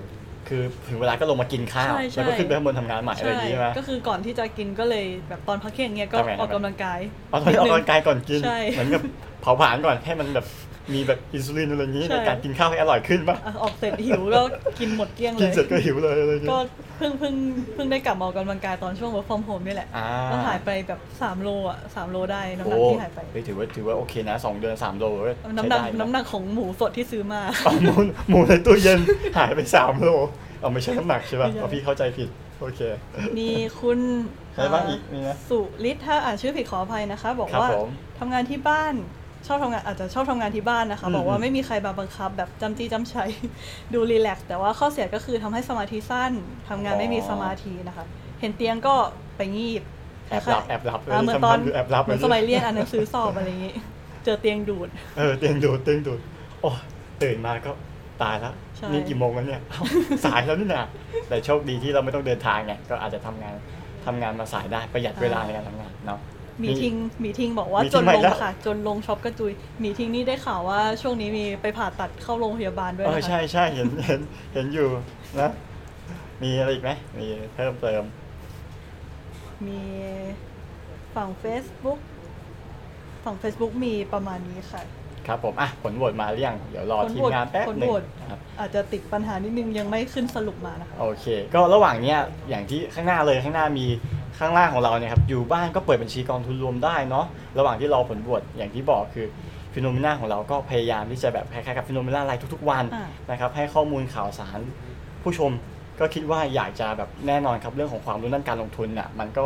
B: คือถึงเวลาก็ลงมากินข้าว
C: ใช่ใช่
B: แล้วก็ขึ้นไปข้างบนทำงานใหม่อะไรอย่างนี้ใช่ไหม
C: ก็คือก่อนที่จะกินก็เลยแบบตอนพักเที่ยงเงี้ยก็
B: ทำไง
C: ออก
B: ทำไง
C: กำลังกาย
B: เอาตอนนี้ออกกำลัง
C: นิดนึ
B: กายก่อนกิน
C: ใช่
B: เหมือนกับ [LAUGHS] เผาผลาญก่อนให้มันแบบมีแบบอินซูลินอะไรอย่างนี้
C: ใช่
B: ในการกินข้าวให้อร่อยขึ้นปะ
C: อ่ะออกเสร็จหิวก็กินหมดเกลี้ยงเล
B: กิน
C: ย
B: เสร็จก็หิวเลยอะไรอย่าง
C: ก็
B: นี้
C: เพิ่งเพิ่งเพิ่งได้กลับมาออกกำลังกายตอนช่วง work from home นี่แหละ
B: อ่า
C: ก็หายไปแบบสามโลอะสามโลได้น้ำหนั
B: โอ้
C: กที่หายไป
B: เฮ้ยถือว่าถือว่าโอเคนะสองเดือนสามโลเว้ย
C: น้ำ
B: ใช้
C: หนัก
B: ได้ะ
C: น้ำหนักของหมูสดที่ซื้อมา
B: เอาหมูหมูในตู้เย็นหายไปสามโลเอาไม่ใช่น้ำหนักใช่ปะ
C: ไม่ใช่
B: เอาพี่เข้าใจผิดโอเค
C: มีคุณ
B: ใครบ้างอีกมีไหม
C: สุฤทธิ์ถ้าอ่านชื่อผิดขออภัยนะคะ บอก
B: ครับ
C: ว่า
B: ผม
C: ทำงานที่บ้านชอบทำงานอาจจะชอบทำงานที่บ้านนะคะ
B: อืม
C: บอกว่า
B: อืม
C: ไม่มีใครมาบังคับ แบบจำจี้จำชัย [LAUGHS] ดูรีแลกซ์แต่ว่าข้อเสียก็คือทำให้สมาธิสั้นทำงานไม่มีสมาธินะคะ เห็นเตียงก็ไปงีบ
B: แอบ
C: ค
B: รั
C: ล้ายๆ
B: บแอบรับ
C: อ่าเหมือนตอน
B: ทำทำยู่แอบ [LAUGHS] รับ
C: เหมือนสมัยเรียนอ่านหนังสือสอบอะไรอย่างงี้ เจอเตียงดูด
B: เออเตียงดูดเตียงดูดโอ้ตื่นมาก็ตายแล้ว
C: ใช่
B: นี่กี่โมงแล้วเนี่ยเอ้าสายแล้วนี่นะแต่โชคดีที่เราไม่ต้องเดินทางไงก็อาจจะทำงานทำงานมาสายได้ประหยัดเวลาในการทำงานเนาะ
C: มีทิงมีทิงบอกว่า
B: มี
C: จ
B: ทิ้ง
C: น
B: ใหม่
C: ลง
B: แล้ว
C: ค่ะ จนลงช็อปกระจุย มีทิงนี่ได้ข่าวว่าช่วงนี้มีไปผ่าตัดเข้าโรงพยาบาลด้วย
B: เออ
C: นะ
B: ใช่
C: คะ
B: ใช่เห็นเห็นเห็นอยู่นะ มีอะไรอีกไหมมีเพิ่มเติม
C: มีฝั่ง Facebook ฝั่ง Facebook มีประมาณนี้ค่ะ
B: ครับผมอ่ะผลโหวตมาหรือยังเดี๋ยวรอ
C: ผล
B: ที
C: โห
B: ม
C: วต
B: งานแป๊บ
C: ผล
B: หนึ่ง
C: โหวต
B: นะครับ
C: อาจจะติดปัญหานิดนึงยังไม่ขึ้นสรุปมานะคะ
B: โอเค ก็ระหว่างเนี้ยอย่างที่ข้างหน้าเลยข้างหน้ามีข้างล่างของเราเนี่ยครับอยู่บ้านก็เปิดบัญชีกองทุนรวมได้เนาะระหว่างที่รอผลบวชอย่างที่บอกคือฟิโนเมนาของเราก็พยายามที่จะแบบคล้ายๆกับฟิโนเมนารายทุก ๆ วัน
C: อ่า
B: นะครับให้ข้อมูลข่าวสารผู้ชมก็คิดว่าอยากจะแบบแน่นอนครับเรื่องของความรู้ด้านการลงทุนน่ะมันก็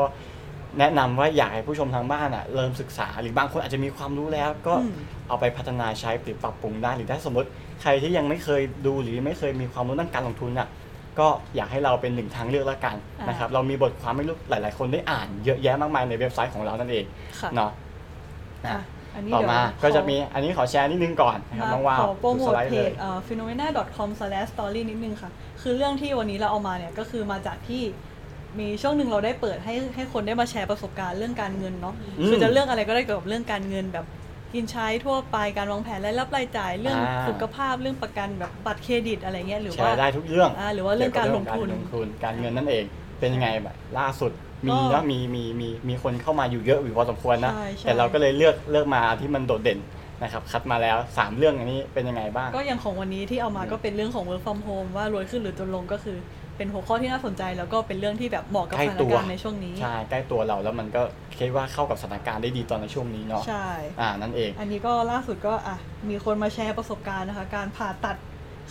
B: แนะนำว่าอยากให้ผู้ชมทางบ้านอ่ะเริ่มศึกษาหรือบางคนอาจจะมีความรู้แล้วก็
C: อืม
B: เอาไปพัฒนาใช้หรือปรับปรุงได้หรือถ้าสมมติใครที่ยังไม่เคยดูหรือไม่เคยมีความรู้ด้านการลงทุนอ่ะก็อยากให้เราเป็นหนึ่งทางเลือกแล้วกัน
C: อ่าน
B: นะครับเรามีบทความให้ลูกหลาย ๆ คนได้อ่านเยอะแยะมากมายในเว็บไซต์ของเรานั่นเอง
C: ค่ะ
B: เนาะ
C: อ่ะ
B: อ่ะ
C: อันนี้
B: ต่อ
C: เดี๋ยว
B: มา
C: ขอ
B: ก็จะมีอันนี้ขอแชร์นิดนึงก่อนนะครับน้องว่า
C: ข
B: ว
C: อโปรโม
B: ดูส
C: ท
B: ไลด์
C: เพ
B: เล
C: จ
B: ย
C: เอ่อ phenomena.com/story นิดนึงค่ะ คือเรื่องที่วันนี้เราเอามาเนี่ยก็คือมาจากที่มีช่วงหนึ่งเราได้เปิดให้ให้คนได้มาแชร์ประสบการณ์เรื่องการเงินเนาะ
B: อืม
C: คือจะเรื่องอะไรก็ได้เกี่ยวกับเรื่องการเงินแบบกินใช้ทั่วไปการวางแผนรายรับรายจ่ายเรื่อง
B: อ่า
C: สุขภาพเรื่องประกันแบบบัตรเครดิตอะไรเงี้ยหรือ
B: แช
C: ว่า
B: ร์ได้ทุกเรื่อง
C: อ่าหรือว่าเรื่องการลงทุน
B: เยวบเรื่องการลงทุนการเงินนั่นเองเป็นยังไงแบบล่าสุดมี
C: ก็
B: นะมีมีมีมีคนเข้ามาอยู่เยอะอยู่พอสมควรนะ
C: ใช่ใช่
B: แต่เราก็เลยเลือกเลือกมาที่มันโดดเด่นนะครับคัดมาแล้วสามเรื่องอันนี้เป็นยังไงบ้าง
C: ก็อย่างของวันนี้ที่เอามา
B: อืม
C: ก็เป็นเรื่องของ work from home ว่ารวยขึ้นหรือจนลงก็คือ เป็นหัวข้อที่น่าสนใจ แล้วก็เป็นเรื่องที่แบบเหมาะกับสถานการณ์ในช่วงนี้
B: ใช่ใกล้ตัวเราแล้วมันก็คิดว่าเข้ากับสถานการณ์ได้ดีตอนในช่วงนี้เนาะ
C: ใช่
B: อ่านั่นเอง
C: อันนี้ก็ล่าสุดก็อ่ะมีคนมาแชร์ประสบการณ์นะคะ การผ่าตัด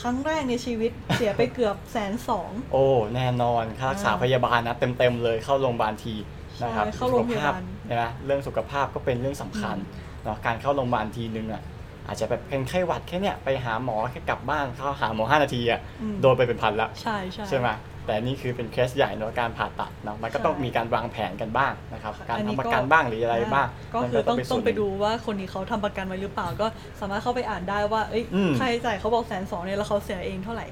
C: ครั้งแรกในชีวิต เสียไปเกือบแสนสอง
B: โอ้แน่นอนค่ารักษา
C: อ่า
B: พยาบาลนะเต็มๆเลยเข้าโรงพยาบาลทีนะครับ
C: ใช่เข้าโรงพยาบาล
B: สุขภพเห็นไหมเรื่องสุขภาพก็เป็นเรื่องสำคัญเนาะการเข้าโรงพยาบาลทีนึงอ่ะ อาจจะแบบเป็นไข้หวัดแค่เนี้ยไปหาหมอแค่กลับบ้านเข้าหาหมอห้านาทีอะ
C: อืม
B: โดนไปเป็นพันละ
C: ใช่ใช่
B: ใช่ไหมแต่นี่คือเป็นเคสใหญ่เนอะการผ่าตัดเนอะมันก็
C: ใช่
B: ต้องมีการวางแผนกันบ้างนะครับ การ
C: อั
B: ทำประกันบ้างหรืออะไรบ้าง
C: ก็
B: มัน
C: คือต้อง
B: เป็นส่ว
C: ต้อน ง
B: ห
C: ไป
B: นึ่
C: ดูว่าคนนี้เขาทำประกันไว้หรือเปล่าก็สามารถเข้าไปอ่านได้ว่าเอ้ย
B: อืม
C: ค่าใช้จ่ายเขาบอกแสนสองเนี่ยแล้วเขาเสียเองเท่าไหร่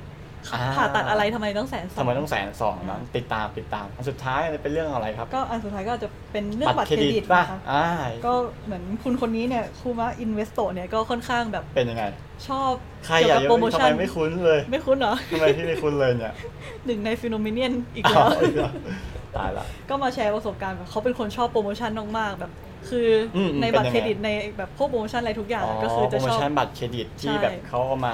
B: อ่า
C: ผ่าตัดอะไรทำไมต้องแสนสอง
B: ทำไมต้องแสนสองนะติดตามติดตามอันสุดท้ายเป็นเรื่องอะไรครับ
C: ก็อันสุดท้ายก็จะเป็นเรื่องบัตรเครดิต
B: ป่ะ
C: นะคะ
B: อ่า
C: ก็เหมือนคุณคนนี้เนี่ยคูมาอินเวสโตเนี่ยก็ค่อนข้างแบบ
B: เป็นยังไง
C: ชอบ
B: ใคร
C: เกี่ย
B: อยาวกจะ
C: กับโปรโม
B: ทำ
C: ชั่
B: ไม
C: น
B: ไม่คุ้นเลย
C: ไม่คุ้นเหรอ
B: ทำไมที่ไม่คุ้นเลยเนี่ย
C: หนึ่งในฟิโนเมเนียนอีก
B: อ้า
C: แล้ว ว
B: อีกแล้วตายละ
C: ก็มาแชร์ประสบการณ์แบบเขาเป็นคนชอบโปรโมชั่นมากๆแบบ คือ
B: ม
C: อ
B: อืม
C: ใน
B: เป็น
C: บัตร
B: ยัง
C: เค
B: ไง
C: รดิตในแบบพวกโปรโมชั่นอะไรทุกอย่าง
B: อ๋อ
C: ก็คือ
B: โปร
C: จะ
B: โม
C: ชอบ
B: ชั่นบัตรเครดิตที่
C: ใช่
B: แบบเขาเอามา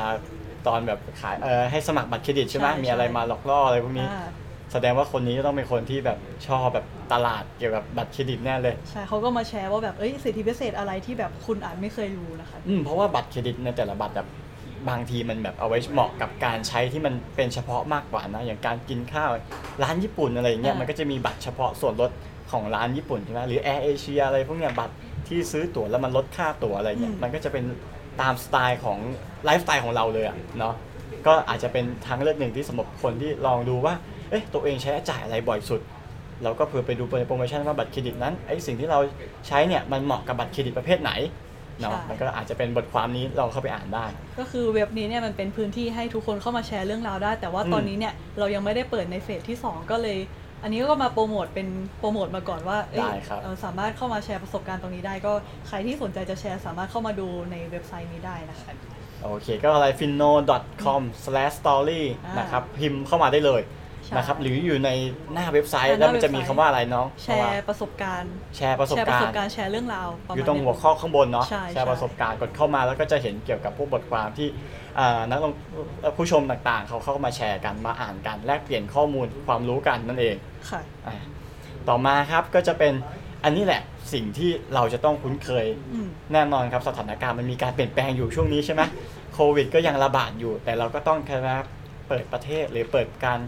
B: ตอนแบบขายเออให้สมัครบัตรเครดิตใช่ไหม
C: ใช่
B: มีอะไร
C: ใช่
B: มาหลอกล่ออะไรพวกนี้
C: อ่า
B: แสดงว่าคนนี้จะต้องเป็นคนที่แบบชอบแบบตลาดเกี่ยวกับบัตรเครดิตแน่เลย
C: ใช่เขาก็มาแชร์ว่าแบบเอ้ยสิทธิพิเศษอะไรที่แบบคุณอาจไม่เคยรู้นะคะ
B: อืมเพราะว่าบัตรเครดิตในแต่ละบัตรแบบบางทีมันแบบเอาไว้เหมาะกับการใช้ที่มันเป็นเฉพาะมากกว่านะอย่างการกินข้าวร้านญี่ปุ่นอะไรอย่างเงี้ย
C: อ่ามั
B: มันก็จะมีบัตรเฉพาะส่วนลดของร้านญี่ปุ่นใช่ไหมหรือแอร์เอเชียอะไรพวกเนี้ยบัตรที่ซื้อตั๋วแล้วมันลดค่าตั๋วอะไรเงี้ย
C: อืม
B: มันก็จะเป็นตามสไตล์ของไลฟ์สไตล์ของเราเลยอะเนาะก็อาจจะเป็นทางเลือกหนึ่งที่สำหรับคนที่ลองดูว่าเอ๊ะตัวเองใช้จ่ายอะไรบ่อยสุด เราก็เผื่อไปดูโปรโมชั่นว่าบัตรเครดิตนั้นไอ้สิ่งที่เราใช้เนี่ยมันเหมาะกับบัตรเครดิตประเภทไหนเนาะ
C: ใช่
B: มันก็อาจจะเป็นบทความนี้เราเข้าไปอ่านได้
C: ก็คือเว็บนี้เนี่ยมันเป็นพื้นที่ให้ทุกคนเข้ามาแชร์เรื่องราวได้ แต่ว่าตอนนี้เนี่ยเรายังไม่ได้เปิดในเฟสที่ 2 ก็เลย อันนี้ก็มาโปรโมทเป็นโปรโมทมาก่อนว่าเอ้ย
B: ได้ครับ
C: เอ่อสามารถเข้ามาแชร์ประสบการณ์ตรงนี้ได้ ก็ใครที่สนใจจะแชร์สามารถเข้ามาดูในเว็บไซต์นี้ได้นะคะ
B: โอเคก็อะไร fino.com/story
C: อ่าน
B: นะครับพิมพ์เข้ามาได้เลย
C: ใช่
B: นะครับหรืออยู่ในหน้าเว็บไซต์
C: อ่า
B: แล้วมันจะ
C: ห
B: มี
C: น้าเว็บไซต์
B: คำว่าอะไรน้อง
C: แช
B: ว่า
C: ร์ประสบการณ์
B: แชร์ประสบ
C: แชร์
B: การ
C: ปะสบ
B: ณ์
C: การณ์แชร์เรื่องราวประ
B: อ
C: มาณนี้
B: ยู่ตรงหัวข้อข้างบนเนาะ
C: ใช่
B: แชร์ประสบการณ์กดเข้ามาแล้วก็จะเห็นเกี่ยวกับพวกบทความที่อ่านักลงเอ่อผู้ชมต่างๆ เขาเข้ามาแชร์กันมาอ่านกันแลกเปลี่ยนข้อมูลความรู้กันนั่นเอง
C: ค่ะ
B: อ่ะต่อมาครับก็จะเป็นอันนี้แหละสิ่งที่เราจะต้องคุ้นเคย
C: อืม
B: แน่นอนครับสถานการณ์มันมีการเปลี่ยนแปลงอยู่ช่วงนี้ใช่ไหมโควิดก็ยังระบาดอยู่ แต่เราก็ต้องครับเปิดประเทศหรือเปิดการ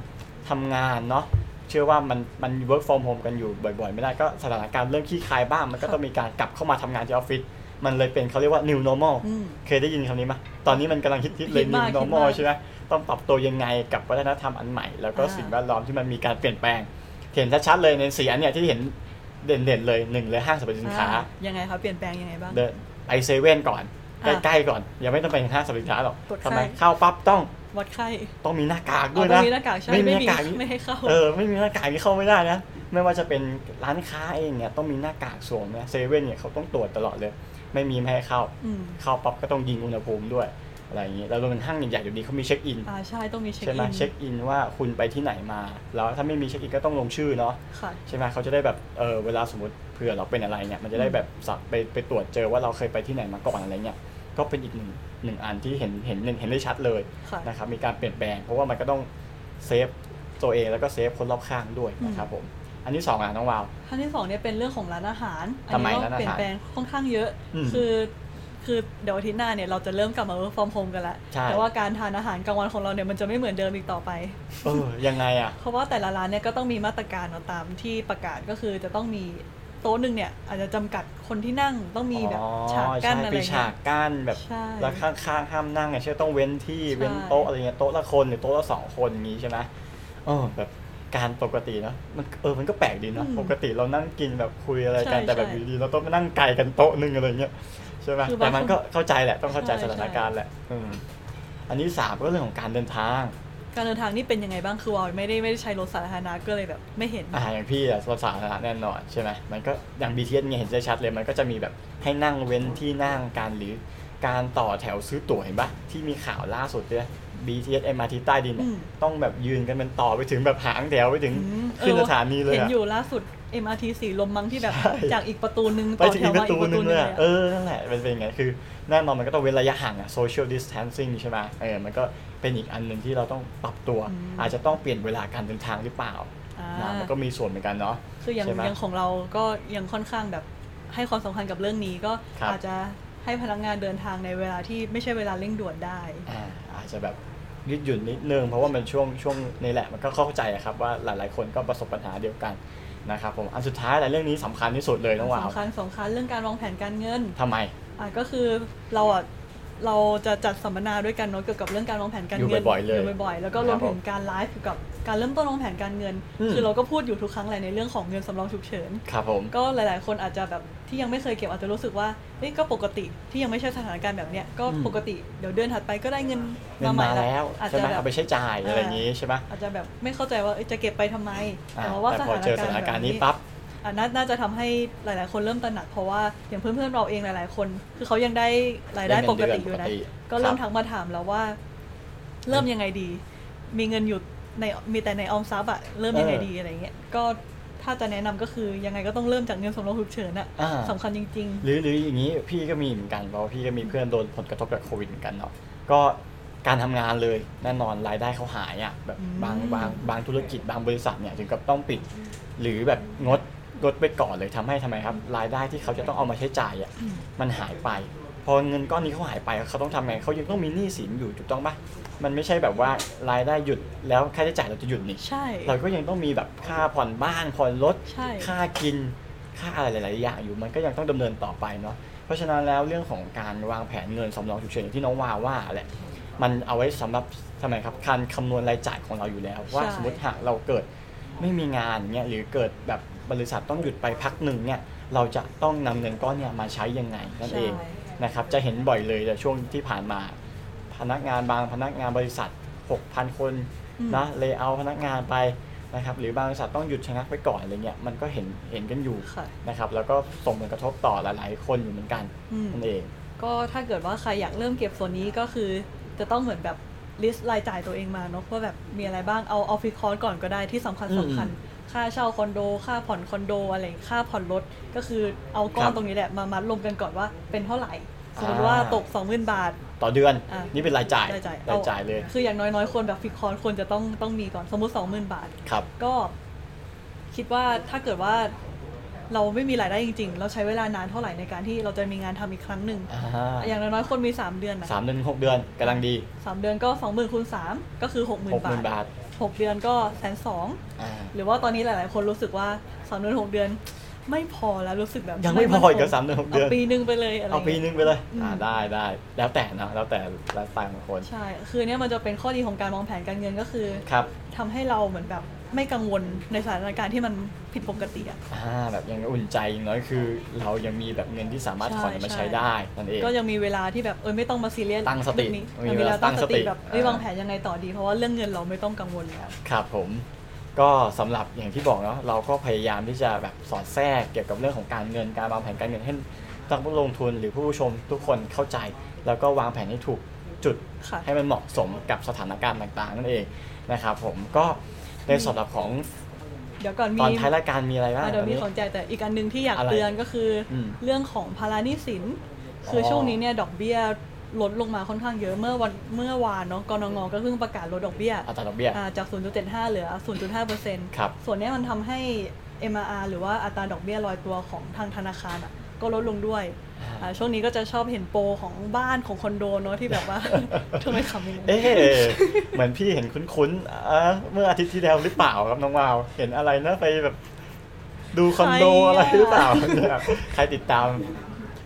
B: ทำงานเนาะเชื่อว่ามันมัน work from home กันอยู่บ่อยๆ ไม่ได้ก็สถานการณ์เริ่มขี้คายบ้าง มันก็ต้องมีการกลับเข้ามาทำงานที่ออฟฟิศมันเลยเป็นเขาเรียกว่า new normal
C: อืม
B: เคยได้ยินคำนี้ไหมตอนนี้มันกำลังฮิตๆเลย
C: ฮิต
B: new
C: มากฮิตมาก
B: normal ใช่ไหมต้องปรับตัวยังไงกับวัฒนธรรมอันใหม่แล้วก็
C: อ่า
B: สิ่งแวดล้อมที่มันมีการเปลี่ยนแปลง เห็นชัดๆเลยในสีอันเนี่ยที่เห็นเด่นๆเลยหนึ่งเลยห้างสรรพสินค้า
C: อ่ยังไงคะเปลี่ยนแปลงยังไงบ้าง
B: เดินไปเซเว่นก่อน ใก
C: อ่ะ
B: ล้ๆก่อน ยังไม่ต้องไปห้างสรรพสินค้าหรอก
C: กด
B: ทำไม
C: ไข้
B: เข้าปั๊บต้อง
C: วัดไข้
B: ต้องมีหน้ากากด้ว
C: เอา
B: ย
C: ต้
B: นะ
C: องมีหน้ากากใช่
B: ไม่มี
C: ไม่
B: หน้า
C: มี
B: กากนี่
C: ไม่ให้เข้า
B: เออไม่มีหน้ากากนี่เข้าไม่ได้นะ ไม่ว่าจะเป็นร้านค้าเองเนี่ยต้องมีหน้ากากสวมนะเซเว่นเนี่ยเขาต้องตรวจตลอดเลย ไม่มีไม่ให้เข้า
C: อืม
B: เข้าปั๊บก็ต้องยิงอุณหภูมิด้วยอะไรอย่างนี้แล้วรวมถึงห้างใหญ่ๆเดี๋ยวนี้เขามีเช็คอิน
C: อ่าใช่ต้องมีเช็ค
B: ใช่ไหม
C: อิน
B: เช็คอินว่าคุณไปที่ไหนมา แล้วถ้าไม่มีเช็คอินก็ต้องลงชื่อเนาะ
C: ค่ะ
B: ใช่ไหมเขาจะได้แบบ เออเวลาสมมติเผื่อเราเป็นอะไรเนี่ย มันจะได้แบบสับไปไปตรวจเจอว่าเราเคยไปที่ไหนมาก่อนอะไรเนี่ย ก็เป็นอีกหนึ่งหนึ่งอันที่เห็นเห็นเห็นเห็นได้ชัดเลย
C: ค่ะ
B: นะครับ มีการเปลี่ยนแปลง เพราะว่ามันก็ต้องเซฟตัวเองแล้วก็เซฟคนรอบข้างด้วยนะครับผม อันที่สองอ่ะน้องวาว
C: ขั้นที่สองเนี่ยเป็นเรื่องของร้านอาหาร
B: ทำไม
C: ก็
B: ร้านอาหาร
C: เปลี่ยนแปลงค่อนข้างเยอะ
B: อืม
C: คือ คือเดี๋ยวอาทิตย์หน้าเนี่ยเราจะเริ่มกลับมา work from home กันละ
B: ใช่
C: แต่ว่าการทานอาหารกลางวันของเราเนี่ยมันจะไม่เหมือนเดิมอีกต่อไป
B: เออ ยังไงอ่ะ
C: เพราะว่าแต่ละร้านเนี่ยก็ต้องมีมาตรการเอาตามที่ประกาศก็คือจะต้องมีโต๊ะหนึ่งเนี่ยอาจจะจำกัดคนที่นั่งต้องมีแบบ
B: อ๋อ
C: ฉากกั้น
B: ใช่
C: อะไร
B: มี
C: เงี้
B: ฉาย กกั้นแบบ
C: ใช่
B: แล้วข้างๆห้ามนั่งไงใช่ต้องเว้นที่
C: ใช่
B: เว้นโต๊ะอะไรเงี้ยโต๊ะละคนหรือโต๊ะละสองคนอย่างงี้ใช่ไหมเออแบบการปกติเนอะมันเออมันก็แปลกดีเนอะปกติเรานั่งกินแบบคุยอะไรกันแต่แบบอยู่ดีเราต้องมานั่งไกลกันโต๊ะหนึงอะไรเงี้ยใช่ไหม
C: คือบาง
B: แต่มันก็
C: คน
B: เข้าใจแหละต้องเข้าใจ
C: ใช่
B: สถานการณ์แหละอืมอันนี้สามก็เรื่องของการเดินทาง
C: การเดินทางนี่เป็นยังไงบ้างคือวาวไม่ได้ไม่ได้ใช้รถสาธารณะก็เลยแบบไม่เห็น
B: อ่าอย่างพี่อะรถสาธารณะแน่นอนใช่ไหมมันก็อย่าง BTS เนี่ยเห็นได้ชัดเลยมันก็จะมีแบบให้นั่งเว้นที่นั่งการหรือการต่อแถวซื้อตั๋วเห็นปะที่มีข่าวล่าสุดเนี่ย BTS MRT ใต้ดินเนี่ย
C: อืม
B: ต้องแบบยืนกันเป็นต่อไปถึงแบบหางแถวไปถึง
C: ม
B: ขึ้น
C: เออ
B: สถานีเลย
C: เห็น
B: อะ
C: อยู่ล่าสุด MRT สีลมมั้งที่แบบ
B: ใช่
C: จากอีกประตูนึง
B: ไป
C: ต่อ
B: ถึง
C: แถ
B: อี
C: ว
B: กป
C: มา
B: ระ
C: อี
B: ตู
C: กประ
B: นึ
C: ตู
B: ง
C: นึ
B: เลย
C: งเลย
B: อะ
C: อะ
B: เออนั่นแหละมันเป็นไงคือแน่นอนมันก็ต้องเว้นระยะห่างอะ social distancing ใช่ไหมเออมันก็เป็นอีกอันหนึ่งที่เราต้องปรับตัว
C: อืม
B: อาจจะต้องเปลี่ยนเวลาการเดินทางหรือเปล่า
C: อ่า
B: นะมันก็มีส่วนเหมือนกันเนาะ
C: คืออย่าง
B: ใช่ไหม
C: อย่างของเราก็ยังค่อนข้างแบบให้ความสำคัญกับเรื่องนี้ก็
B: ครับ
C: อาจจะให้พนักงานเดินทางในเวลาที่ไม่ใช่เวลาเร่งด่วนได้
B: อ่าอาจจะแบบยืดหยุ่นนิดนึงเพราะว่ามันช่วงช่วงนี้แหละมันก็เข้าใจอะครับว่าหลายๆ คนก็ประสบปัญหาเดียวกันนะครับผมอันสุดท้ายแต่เรื่องนี้สำคัญที่สุดเลยน้องวาว
C: สำคัญสำคัญเรื่องการวางแผนการเงิน
B: ทำไม
C: อ่ะก็คือเราอ่ะ เราจะจัดสัมมนาด้วยกันเนาะเกี่ยวกับเรื่องการวางแผนการ
B: อยู่
C: เงิน
B: บ่อยๆเลย
C: อยู่บ่อยๆ แล้วก็รวมถึงการไลฟ์เกี่ยวกับการเริ่มต้นวางแผนการเงิน
B: อืม
C: คือเราก็พูดอยู่ทุกครั้งแหละในเรื่องของเงินสำรองฉุกเฉิน
B: ครับผม
C: ก็หลาย ๆ คนอาจจะแบบที่ยังไม่เคยเก็บอาจจะรู้สึกว่าเฮ้ยก็ปกติที่ยังไม่ใช่สถานการณ์แบบเนี้ยก็
B: อืม
C: ปกติเดี๋ยวเดือนถัดไปก็ได้เงิน
B: เงิ
C: มาน ใหม่
B: มาแล้ว
C: อาจ
B: ใช่
C: จะ
B: ไหม
C: แบ
B: เอา
C: บ
B: ไปใช้จ่าย
C: อ่า
B: อะไรอย่างงี้ใช่ไหม
C: อาจจะแบบไม่เข้าใจว่าเอ้ยจะเก็บไปทำไม
B: อ่า
C: แต่ว่า
B: แต่
C: ส
B: พอ
C: ถาน
B: เจ
C: การ
B: อส
C: ณ์
B: ถานการณ์นี้
C: แบบ
B: ปั๊บ
C: อันน่าน่าจะทำให้หลาย ๆ คนเริ่มตระหนักเพราะว่าอย่างเพื่อนๆเราเองหลาย ๆ คน คือเขายังได้รายได้
B: ได้เงิ
C: ป
B: น
C: ก
B: เดือน
C: ติอยู่
B: ป
C: นะ
B: กติ
C: ก็เริ่ม
B: ครับ
C: ทักมาถามแล้วว่า เริ่มยังไงดี มีเงินอยู่ในมีแต่ในออมทรัพย์อะเริ่มยังไง
B: เออ
C: ดีอะไรเงี้ยก็ถ้าจะแนะนำก็คือยังไงก็ต้องเริ่มจากเงินสำรองฉุกเฉินอะ
B: อ่า
C: สำคัญจริง
B: หรือหรืออย่างนี้พี่ก็มีเหมือนกันเพราะว่าพี่ก็มีเพื่อนโดนผลกระทบจากโควิดเหมือนกันเนาะก็การทำงานเลยแน่นอนรายได้เขาหายอะ่ะแบบ
C: อืม
B: บางบางบางธุรกิจบางบริษัทเนี่ยถึงกับต้องปิด หรือแบบงดงดไปก่อนเลยทำให้ทำไมครับ รายได้ที่เขาจะต้องเอามาใช้จ่ายอะ่ะมันหายไป พอเงินก้อนนี้เขาหายไปเขาต้องทำไงเขายังต้องมีหนี้สินอยู่ถูกต้องปะมันไม่ใช่แบบว่ารายได้หยุดแล้วค่าใช้จ่ายเราจะหยุดนี่
C: ๆ ใช่
B: เราก็ยังต้องมีแบบค่าผ่อนบ้านผ่อนรถ
C: ใช่
B: ค่ากิน ค่าอะไรหลาย ๆ อย่างอยู่ มันก็ยังต้องดำเนินต่อไปเนาะ เพราะฉะนั้นแล้วเรื่องของการวางแผนเงินสำรองฉุกเฉินอย่างที่น้องวาว่าแหละ มันเอาไว้สำหรับทำไมครับ การคำนวณรายจ่ายของเราอยู่แล้ว ว่า
C: ใช่
B: สมมติหากเราเกิดไม่มีงานเนี่ยหรือเกิดแบบบริษัทต้องหยุดไปพักหนึ่งเนี่ย เราจะต้องนำเงินก้อนเนี่ยมาใช้ยังไงนั่นเอง
C: ใช่
B: นะครับจะเห็นบ่อยเลยแต่ช่วงที่ผ่านมา พนักงานบางพนักงานบริษัท 6,000 คน
C: อืม
B: นะเลยเอาพนักงานไปนะครับหรือบางบริษัทต้องหยุดชะงักไว้ก่อนอะไรเงี้ยมันก็เห็นเห็นกันอยู่
C: ค่ะ
B: นะครับแล้วก็ส่งผลกระทบต่อหลาย ๆ คนอยู่เหมือนกัน
C: อืม
B: นั่นเอง
C: ก็ถ้าเกิดว่าใครอยากเริ่มเก็บส่วนนี้ก็คือ จะต้องเหมือนแบบลิสต์รายจ่ายตัวเองมาเนาะว่าแบบมีอะไรบ้างเอาออฟฟิศคอร์สก่อนก็ได้ที่สำคัญสำคัญ ค่าเช่าคอนโด ค่าผ่อนคอนโดอะไรค่าผ่อนรถก็คือเอาก้อนตรงนี้แหละมามัดรวมกันก่อนว่าเป็นเท่าไหร่สมมติว่าตก 20,000 บาท
B: ต่อเดือน
C: อ่ะ
B: นี่เป็นรายจ่าย
C: รายจ่าย
B: รายจ่ายเลย
C: คืออย่างน้อยๆควรแบบฟิกคอร์สควรจะต้องต้องมีก่อนสมมติ 20,000 บาท
B: ครับ
C: ก็คิดว่าถ้าเกิดว่าเราไม่มีรายได้จริง ๆ เราใช้เวลานานเท่าไหร่ในการที่เราจะมีงานทำอีกครั้งหนึ่ง
B: อ่า
C: อย่างน้อยๆควรมีสามเดือนนะ
B: สามเดือนหกเดือนกำลังดี
C: สามเดือนก็สองหมื่นคูณสามก็คือหกหมื่
B: ห
C: น
B: กหมื่น
C: บา
B: บา
C: ท
B: ท
C: หกเดือนก็แสนสอง
B: อ่า
C: หรือว่าตอนนี้หลาย ๆ คนรู้สึกว่าสามเดือนหกเดือน ไม่พอแล้วรู้สึกแบบ
B: ยังไม่พออีกเหรอสามเดือนหกเดือน
C: เอาปีหนึ่งไปเลยอะไร
B: เอาปี
C: งี้ย
B: นึงไปเลย
C: อืม
B: อ่าได้ได้แล้วแต่นะแล้วแต่ไลฟ์สไตล์ของคน
C: ใช่ คือเนี้ยมันจะเป็นข้อดีของการวางแผนการเงินก็คือ
B: ครับ
C: ทำให้เราเหมือนแบบไม่กังวลในสถานการณ์ที่มันผิดปกติอ่ะ
B: อ่าแบบยังอุ่นใจอย่างน้อยคือ เรายังมีแบบเงินที่สามารถถอน
C: ใช่
B: มา
C: ใช่
B: ใช้ได้นั่นเอง
C: ก็ยังมีเวลาที่แบบเออไม่ต้องมาซีเรียส
B: ตั้งสติมี
C: เรื่องนี้ยัง
B: เว
C: มีเว
B: ลา
C: ลา
B: ตั้
C: ตั้
B: ง
C: ง
B: ส
C: ส
B: ติ
C: ติแบบเอ้ย
B: อ่า
C: วางแผนยังไงต่อดี เพราะว่าเรื่องเงินเราไม่ต้องกังวลแล้ว
B: ครับผมก็สำหรับอย่างที่บอกเนาะเราก็พยายามที่จะแบบสอดแทรกเกี่ยวกับเรื่องของการเงินการวางแผนการเงินให้นักลงทุนหรือผู้ชมทุกคนเข้าใจ แล้วก็วางแผนให้ถูกจุด
C: ค่ะ
B: ให้มันเหมาะสมกับสถานการณ์ต่างๆ นั่นเองนะครับผมก็ในสำหรับของ
C: เดี๋ยวก่อนมี
B: ตอนท้ายรายการมีอะไรบ้าง
C: อ่ะเดี๋ยว
B: ต
C: มี
B: อนนี้
C: ของใจแต่อีกอันหนึ่งที่อยาก
B: อะไร
C: เตือนก็คืออ
B: ม
C: เรื่องของภาระหนี้สิน คืออ
B: อ
C: ช่วงนี้เนี่ยดอกเบี้ยลดลงมาค่อนข้างเยอะเมื่อวันเมื่อวานเนาะกรงงก็เพิ่งประกาศลดดอกเบี้ย
B: อัตราดอกเบี้ย
C: อ่าจาก 0.75 เหลือ 0.5เปอร์เซ็นต์
B: ครับ
C: ส่วนเนี้ยมันทำให้ MRR หรือว่าอัตราดอกเบี้ยลอยตัวของทางธนาคารอ่ะก็ลดลงด้วยอ่าช่วงนี้ก็จะชอบเห็นโปรของบ้านของคอนโดเนาะที่แบบว่า [LAUGHS] ทำไมขำอย่างนั้น
B: เอ๊ะเหมือนพี่เห็นคุ้นๆเอ่อเมื่ออาทิตย์ที่แล้วหรือเปล่าครับน้องวาว เห็นอะไรนะไปแบบดูคอนโดอะไรหรือเปล่า [LAUGHS] เนี่ยใครติดตาม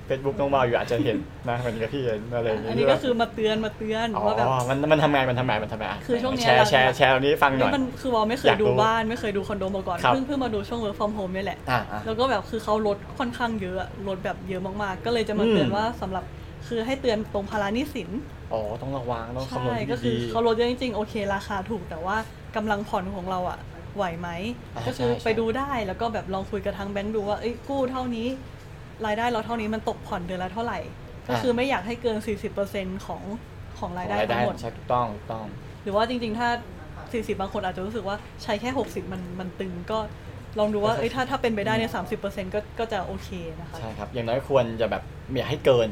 B: Facebook น้องวาวอยู่อาจจะเห็นนะมันก็พี่เห็นอะไรอย่าง
C: อั
B: เงี้
C: น
B: ย
C: นี้ก็คือมาเตือนมาเตือน
B: อ๋อ
C: ว่าแบบ
B: มันมันทำไงมันทำไงมันทำไงะ
C: คือช่วงเนี้ย
B: แชร์แชร์
C: เรา
B: แชร์วันนี้ฟังหน่อย
C: นี่มันคือวอลไม่เค
B: อย ยากรู้
C: ดูบ้านไม่เคยดูคอนโดมาก่อน
B: ครับ
C: เพิ่งเพิ่งมาดูช่วง work from home เนี่ยแหละ
B: อ่ะอ่ะ
C: แล้วก็แบบคือเขาลดค่อนข้างเยอะลดแบบเยอะมาก ๆ ก็เลยจะมา
B: อืม
C: เตือนว่าสำหรับคือให้เตือนตรงภาระหนี้สิน
B: อ๋อต้องระวังต้องคำนว
C: ใช่
B: ณ
C: ก็คื
B: ดี
C: อ
B: ๆ
C: เขาลดเยอะจริง ๆ โอเคราคาถูกแต่ว่ากำลังผ่อนของเราอะไหวไหม
B: อ่า
C: ก็คือ
B: ใช่ใช่
C: ไปดูได้แล้วก็แบบลองคุยกับทางแบงก์ดูว่าเอ้ยกู้เท่านี้ รายได้เราเท่านี้มันตกผ่อนเดือนละเท่าไหร่ ก็คือไม่อยากให้เกิน 40%ของของรายได้
B: รายได้
C: ทั้งหมด
B: ใช่ถูกต้องถูกต้อง
C: หรือว่าจริงๆ ถ้า 40 บางคนอาจจะรู้สึกว่าใช้แค่ 60 มันมันตึงก็ลองดูว่า เอ้ย ถ้าถ้าเป็นไปได้เนี่ย 30%ก็ก็จะโอเคนะคะ
B: ใช่ครับ อย่างน้อยควรจะแบบไม่อยากให้เกิน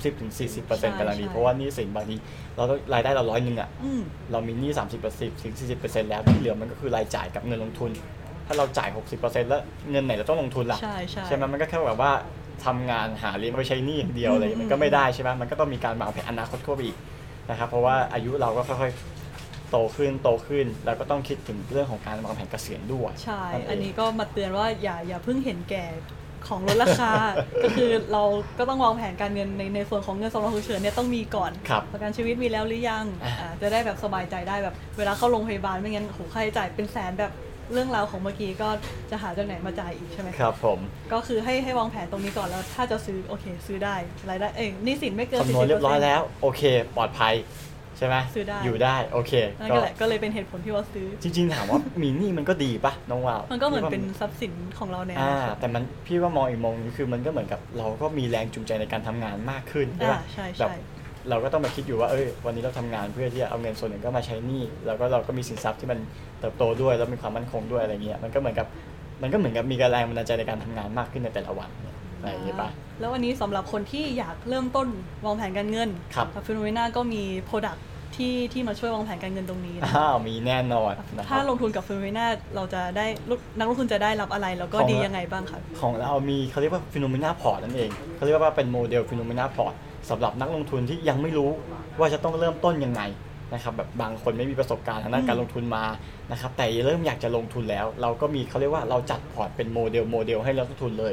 B: 30-40%กำลังดี
C: ใช่
B: เพราะว่าหนี่สินบางทีเราต้องรายได้เราร้อยหนึ่งอะ
C: อืม
B: เรามีหนี้ 30เปอร์เซ็นต์ถึง40เปอร์เซ็นต์แล้วที่เหลือมันก็คือรายจ่ายกับเงินลงทุน ถ้าเราจ่าย 60เปอร์เซ็นต์แล้วเงินไหนเราต้องลงทุนล่ะ
C: ใช่ใช่
B: ไหมมันก็แค่แบบว่าทำงานหาเลี้ยงไว้ใช้หนี้อย่างเดียวอะไรอย่างเงี้ยมันก็ไม่ได้ใช่ไหมมันก็ต้องมีการวางแผนอนาคตเข้าไปอีกนะครับเพราะว่าอายุเราก็ค่อยๆโตขึ้นโตขึ้น แล้วก็ต้องคิดถึงเรื่องของการวางแผนเกษียณด้วย
C: ใช่
B: เง
C: อันนี้ก็มาเตือนว่าอย่าอย่าเพิ่งเห็นแก่ ของลดรา
B: [LAUGHS]
C: คา ก็คือเราก็ต้องวางแผนการเงินในในส่วนของเงินสำรองฉุกเฉินเนี่ยต้องมีก่อน
B: ครับ
C: ประกันชีวิตมีแล้วหรือยัง
B: อ่า
C: อ่าจะได้แบบสบายใจได้แบบเวลาเข้าโรงพยาบาลไม่งั้นโอ้โหค่าใช้จ่ายเป็นแสนแบบเรื่องราวของเมื่อกี้ก็จะหาจากไหนมาจ่ายอีกใช่ไหม
B: ครับผม
C: ก็คือให้ให้วางแผนตรงนี้ก่อนแล้วถ้าจะซื้อโอเค ซื้อได้รายได้เอ้ยหนี่สินไม่เกิน
B: คำนวณเรียบร้อยแล้ว โอเค ปลอดภัย ใช่ไหม
C: ซื้อได้
B: ยู่ได้ โอเค
C: 40%นั่น
B: ก็
C: ก็แหละก็เลยเป็นเหตุผลที่ว่าซื้อ
B: จริงๆ ถามว่า มีหนี้มันก็ดีปะน้องวาว
C: มันก็เหมือนเป็น
B: พี่ว่า
C: ทรัพย์สินของเราในอ
B: อ่า
C: นาคต
B: แต่มันพี่ว่ามองอีกมุมนึงคือมันก็เหมือนกับเราก็มีแรงจูงใจในการทำงานมากขึ้นใช่ปะ
C: อ่าใช่ใช่
B: แบบเราก็ต้องมาคิดอยู่ว่าเอ้ยวันนี้เราทำงานเพื่อที่จะเอาเงินส่วนหนึ่งก็มาใช้หนี้แล้วก็เราก็มีสินทรัพย์ที่มันเติบโตด้วยแล้วมีความมั่นคงด้วยอะไรเงี้ยมันก็เหมือนกับมันก็เหมือนกับมีกำลังบันดาลใจในการทำงานมากขึ้นในแต่ละวันอะไรอย่างเงี้ยปะ
C: แล้ววันนี้สำหรับคนที่อยากเริ่มต้นวางแผนการเงิน
B: ครับ
C: ฟิโนเมนาก็มีโปรดักที่ที่มาช่วยวางแผนการเงินตรงนี้นะ
B: อ้าว [LAUGHS] มีแน่นอนนะครับ
C: ถ้าลงทุนกับฟิโนเมนาเราจะได้ลูกนักลงทุนจะได้รับอะไรแล้วก็
B: ของ
C: ดียังไงบ้างคะ
B: ของเรามีเขาเรียกว่าฟิโนเมนาพอร์ตนั่นเองเขาเรียกว่าเป็นโมเดลฟิโนเมนาพอร์ตสำหรับนักลงทุนที่ยังไม่รู้ว่าจะต้องเริ่มต้นยังไงนะครับแบบบางคนไม่มีประสบการณ์ทางด้านการลงทุนมานะครับแต่เริ่มอยากจะลงทุนแล้ว เราก็มีเขาเรียกว่าเราจัดพอร์ตเป็นโมเดลโมเดลให้นักลงทุนเลย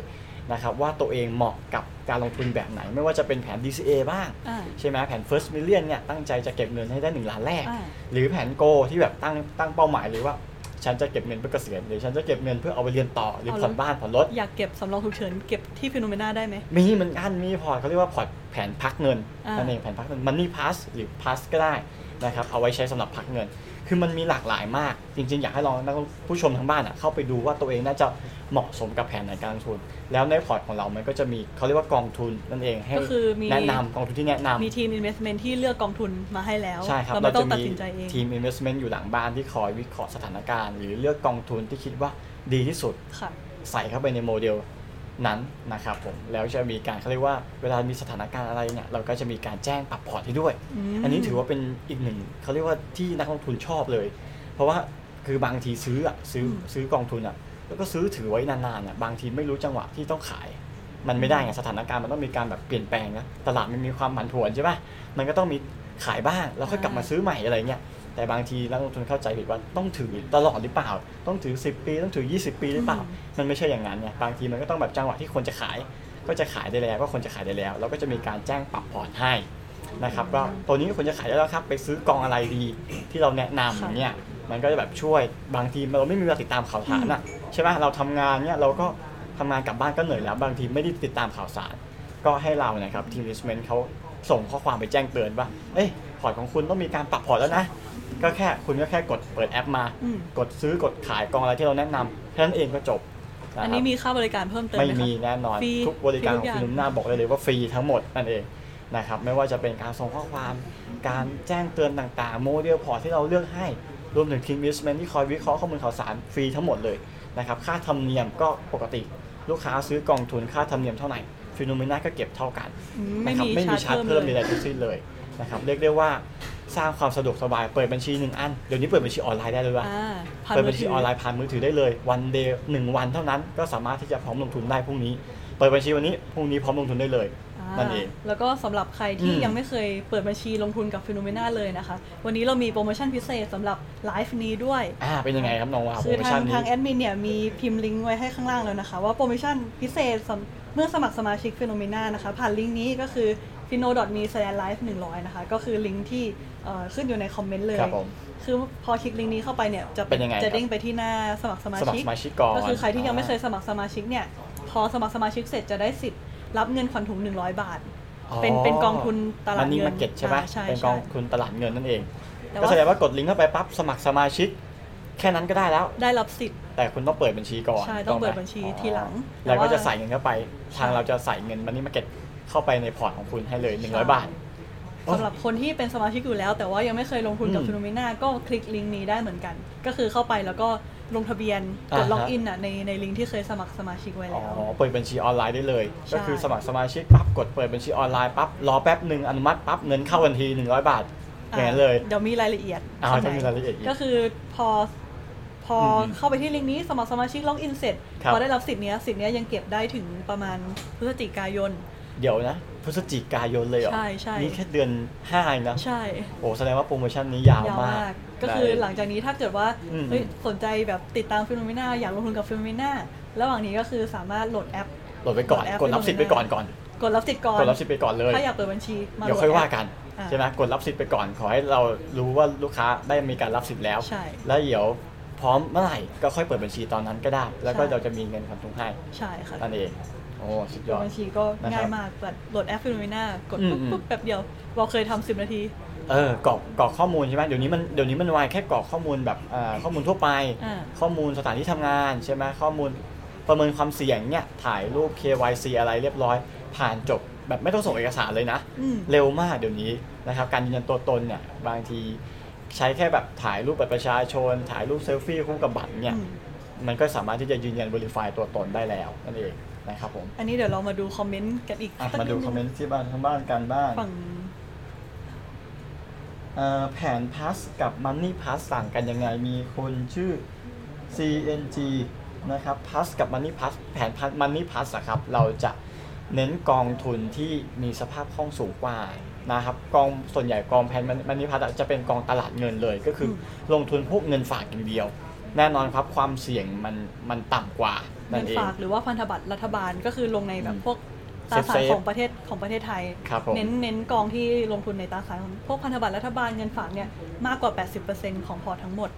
B: นะครับว่าตัวเองเหมาะกับการลงทุนแบบไหน ไม่ว่าจะเป็นแผน DCA บ้าง
C: อ่า
B: ใช่ไหมแผน first million เนี่ยตั้งใจจะเก็บเงินให้ได้ 1 ล้านแรก
C: อ่า
B: หรือแผน go ที่แบบตั้งตั้งเป้าหมายเลยว่า ฉันจะเก็บเงินเพื่อเกษียณหรือฉันจะเก็บเงินเพื่อเอาไปเรียนต่อหรือผ่อนบ้านผ่อนรถ
C: อยากเก็บสำรองฉุกเฉินเก็บที่ฟิโนเมนาได้ไหม
B: มีเหมือนกันมีพอร์ตเขาเรียกว่าพอร์ตแผนพักเงิน
C: อ่านั่
B: นั่นเองแผนพักเงินมันนี่พัสหรือพัสก็ได้นะครับเอาไว้ใช้สำหรับพักเงิน คือมันมีหลากหลายมาก จริงๆ อยากให้ลองนักผู้ชมทางบ้านอะเข้าไปดูว่าตัวเองน่าจะเหมาะสมกับแผนในการลงทุน แล้วในพอร์ตของเรา มันก็จะมีเขาเรียกว่ากองทุนนั่นเองให้
C: ก็คือมี
B: แนะนำกองทุนที่แนะนำ
C: มีทีม investment ที่เลือกกองทุนมาให้แล้ว
B: ใช่ครับ
C: เรา
B: เรา
C: ไม่ต้อ
B: จะ
C: งตัด
B: มี
C: สินใจเอง
B: ทีม investment อยู่หลังบ้านที่คอยวิเคราะห์สถานการณ์ หรือเลือกกองทุนที่คิดว่าดีที่สุด
C: ค่ะ
B: ใส่เข้าไปในโมเดลนั้นนะครับผม แล้วจะมีการเขาเรียกว่าเวลามีสถานการณ์อะไรเนี่ย เราก็จะมีการแจ้งปรับพอร์ตให้ด้วย
C: อืม
B: อันนี้ถือว่าเป็นอีกหนึ่งเขาเรียกว่าที่นักลงทุนชอบเลย เพราะว่าคือบางทีซื้ออะซื้อซื้อกองทุนอะแล้วก็ซื้อถือไว้นานๆอะบางทีไม่รู้จังหวะที่ต้องขาย มันไม่ได้ไงสถานการณ์มันต้องมีการแบบเปลี่ยนแปลงนะตลาดมันมีความผันผวนใช่ปะมันก็ต้องมีขายบ้างแล้วค่อยกลับมาซื้อใหม่อะไรเงี้ยแต่บางทีนักลงทุนเข้าใจผิดว่าต้องถือตลอดหรือเปล่า ต้องถือ 10 ปีต้องถือ 20 ปีหรือเปล่า มันไม่ใช่อย่างนั้นไงบางทีมันก็ต้องแบบจังหวะที่ควรจะขาย ก็จะขายได้แล้วก็ควรจะขายได้แล้วเราก็จะมีการแจ้งปรับพอร์ตให้ นะครับก็ตัวนี้ควรจะขายได้แล้วครับ ไปซื้อกองอะไรดีที่เราแนะนำอย่างเงี้ยมันก็จะแบบช่วยบางทีเราไม่มีเวลาติดตามข่าวสารอ่ะใช่ไหมเราทำงานเนี้ยเราก็ทำงานกลับบ้านก็เหนื่อยแล้ว บางทีไม่ได้ติดตามข่าวสาร ก็ให้เรานะครับทีม i ิสเมนเขาส่งข้อความไปแจ้งเตือนว่าเอ้ยพอร์ตของคุณต้องมีการปรับพอร์ตแล้วนะ ก็แค่คุณก็แค่กดเปิดแอปมา
C: อืม
B: กดซื้อกดขายกองอะไรที่เราแนะนำแค่นั้นเองก็จบะครับ
C: อันนี้มีค่าบริการเพิ่มเติม
B: ไม่
C: ไหมคะ
B: มีแน่นอน
C: ฟรี
B: ทุกบริการ
C: ฟ
B: ของ
C: รีทุกอย่าง
B: ฟิลิมนาบอกเลยเลยว่าฟรีทั้งหมดนั่นเองนะครับไม่ว่าจะเป็นการส่งข้อความการแจ้งเตือนต่างๆ โมเดลพอร์ตที่เราเลือกให้รวมถึงทีมวิสเมนที่คอยวิเคราะห์ข้อมูลข่าวสารฟรีทั้งหมดเลยนะครับค่าธรรมเนียมก็ปกติลูกค้าซื้อกองทุนค่าธรรมเนียมเท่าไหร่ฟิโนเมนาก็เก็บเท่ากัน
C: อืมไม่
B: นะครับ
C: มี
B: ไม่มีชาร์จเพิ่ม
C: เล
B: ใด
C: ย
B: ๆทั้งสิ้นเลยนะครับเรียกได้ว่าสร้างความสะดวกสบายเปิดบัญชีหนึ่งอันเดี๋ยวนี้เปิดบัญชีออนไลน์ได้เลยว่ะ
C: อ่าผ่าน
B: เปิด
C: มื
B: บั
C: อ
B: ญชี
C: ถือ
B: ออนไลน์ผ่านมือถือได้เลยวันเดย์หนึ่งวันเท่านั้นก็สามารถที่จะพร้อมลงทุนได้พรุ่งนี้ เปิดบัญชีวันนี้พรุ่งนี้พร้อมลงทุนได้เลย
C: อ่า
B: นั่นเอง
C: แล้วก็สำหรับใครที่
B: อืม
C: ยังไม่เคยเปิดบัญชีลงทุนกับฟิโนเมนาเลยนะคะ วันนี้เรามีโปรโมชั่นพิเศษสำหรับไลฟ์นี้ด้วย
B: อ่าเป็นยังไงครับน้องว่าโป
C: คื
B: ร
C: อ
B: โม
C: ทา
B: ชั่
C: ง
B: นนี้
C: ทางแอดมินเนี่ยมีพิมพ์ลิงก์ไว้ให้ข้างล่างแล้วนะคะ ว่าโปรโมชั่นพิเศษสำเมื่อสมัครสมาชิกฟิโนเมนานะคะ ผ่านลิงก์นี้ก็คือ f i n o m e l i f e 100 นะคะ ก็คือลิงก์ที่เอ่อขึ้นอยู่ในคอมเมนต์เลย
B: ครับผม
C: คือพอคลิกลิงก์นี้เข้าไปเนี่ยจะ
B: เป็นยังไงครับ
C: จะเด้งไปที่หน้าสมัครสมา
B: สมัค
C: ชิ
B: รส
C: ก
B: มาชิกก่อน
C: ก็คือใครที่ยังไม่เคยสมัครสมาชิกเนี่ย พอสมัครสมาชิกเสร็จจะได้สิทธิ์รับเงินขวัญถุง 100 บาท เป็นเป็นกองทุนตลาด
B: มันนี่
C: เงิ
B: มาเก็ตใช่ไหม
C: อ่าใช่
B: เป็นก
C: ใช่
B: องทุนตลาดเงินนั่นเอง
C: แต่ว่า
B: ก็แสดงว่ากดลิงก์เข้าไปปั๊บสมัครสมาชิก แค่นั้นก็ได้แล้ว
C: ได้รับสิทธิ์
B: แต่คุณต้องเปิดบัญชีก่อน
C: ใช่ต้อง
B: ไหม
C: เปิดบัญชีทีหลัง
B: อ๋อแล้วก็
C: แต่ว่า
B: จะใส่เงินเข้าไป
C: ใช่
B: ทางเราจะใส่เงินมันนี่มาเก็ตเข้าไปในพอร์ตของคุณให้เลย 100 บาท
C: สำหรับคนที่เป็นสมาชิกอยู่แล้ว แต่ว่ายังไม่เคยลงทุนกับ
B: อืม
C: ฟิโนเมนาก็คลิกลิงก์นี้ได้เหมือนกัน ก็คือเข้าไปแล้วก็ลงทะเบียนกด
B: อ่าฮะ
C: ล็อกอินอ่ะในในลิงก์ที่เคยสมัครสมาชิกไว้
B: อ๋
C: แล้ว
B: อ เปิดบัญชีออนไลน์ได้เลย
C: ใช่
B: ก็คือสมัครสมาชิกปั๊บ กดเปิดบัญชีออนไลน์ปั๊บ รอแป๊บหนึ่งอนุมัติปั๊บ เงินเข้าทันที 100 บาทอย่างนั้นเลย
C: เดี๋ยวมีรายละเอียด
B: อ้าวต้องมีรายละเอียดอีก
C: ก็คือพอพออ
B: ม
C: เข้าไปที่ลิงก์นี้สมัครสมาชิกล็อกอินเสร็จ
B: ครับ
C: พอได้รับสิทธิ์เนี้ยสิทธิ์เนี้ยยังเก็บได้ถึงประมาณพฤศจิกายน
B: เดี๋ยวนะ พฤศจิกายนเลยเหรอ
C: ใช่ใช่
B: นี่แค่เดือน5เองนะ
C: ใช่
B: โอ้แสดงว่าโปรโมชั่นนี้ยาวย
C: าว
B: มาม
C: าก ก ก็คือหลังจากนี้ถ้าเกิดว่า
B: อืม
C: เฮ้ยสนใจแบบติดตามฟิโนเมนาอยากลงทุนกับฟิโนเมนาระหว่างนี้ก็คือสามารถโหลดแอป
B: โหลดไปก่อน
C: โหลดแอป
B: กดรับสิทธิ์ไปก่อนก่อน
C: กดรับสิทธิ์ก่อน
B: กดรับสิทธิ์ไปก่อนเลย
C: ถ้าอยากเปิดบัญชีมา
B: เดี๋ยว
C: โหล
B: ค่อยว่า
C: แป
B: กัน
C: อ่า
B: ใช่ไหมกดรับสิทธิ์ไปก่อน ขอให้เรารู้ว่าลูกค้าได้มีการรับสิทธิ์แล้ว
C: ใช่
B: แล้วเดี๋ยวพร้อมเมื่อไหร่ก็ค่อยเปิดบัญชีตอนนั้นก็ได้ แล้วก็
C: ใช่
B: เราจะมีเงินคำทุงให้
C: ใช่ค่ะ
B: นั่นเองโอ้สุด
C: เปิ
B: ย
C: ด
B: อด
C: บัญชีก็
B: นะครับ
C: ง่ายมากแบบโหลดแอปฟิโนเมนากด
B: อืม
C: ปุ๊บ
B: อืม
C: ปุ๊บแป๊บเดียวเราเคยทำสิบนาที
B: เออกรอกกรอกข้อมูลใช่ไหมเดี๋ยวนี้มันเดี๋ยวนี้มันไวแค่กรอกข้อมูลแบบเอ่อข้อมูลทั่วไป
C: อ่า
B: ข้อมูลสถานที่ทำงานใช่ไหมข้อมูลประเมินความเสี่ยงเนี่ยถ่ายรูป KYC อะไรเรียบร้อย ผ่านจบแบบไม่ต้องส่งเอกสารเลยนะ
C: อืม
B: เร็วมากเดี๋ยวนี้นะครับการยืนยันตัวตนเนี่ยบางทีใช้แค่แบบถ่ายรูปบัตรประชาชน ถ่ายรูปเซลฟี่คู่กับบัตรเนี่ย
C: อืม
B: มันก็สามารถที่จะยืนยัน verify ตัวตนได้แล้วนั่นเองนะครับผม
C: อันนี้เดี๋ยวเรามาดูคอมเมนต์กันอีก
B: อ่ะ
C: สัก
B: มา
C: นิ
B: ดู
C: ด
B: คอมเม
C: นึ
B: น
C: ง
B: ต์ที่บ้านทางบ้านกันบ้าง
C: ฝั่ง
B: เอ่อแผนพัสกับมันนี่พัสต่างกันยังไง มีคนชื่อ CNG นะครับพัสกับมันนี่พัสแผนพัสมันนี่พัสครับ เราจะเน้นกองทุนที่มีสภาพคล่องสูงกว่านะครับกองส่วนใหญ่กองแผนมันนี่พัสจะเป็นกองตลาดเงินเลย ก็คืออลงทุนพวกเงินฝากอย่างเดียว แน่นอนครับความเสี่ยงมันมันต่ำกว่า
C: เงิ
B: นั่น
C: น
B: เอง
C: ฝากหรือว่าพันธบัตรรัฐบาลก็คือลงในแบบพวกตราสาร
B: Safe
C: ของประเทศของประเทศไทย
B: ครับผม
C: เน้นเน้นกองที่ลงทุนในตราสารของพวกพันธบัตรรัฐบาลเงินฝากเนี่ยมากกว่า 80%ของพอร์ตทั้งหมด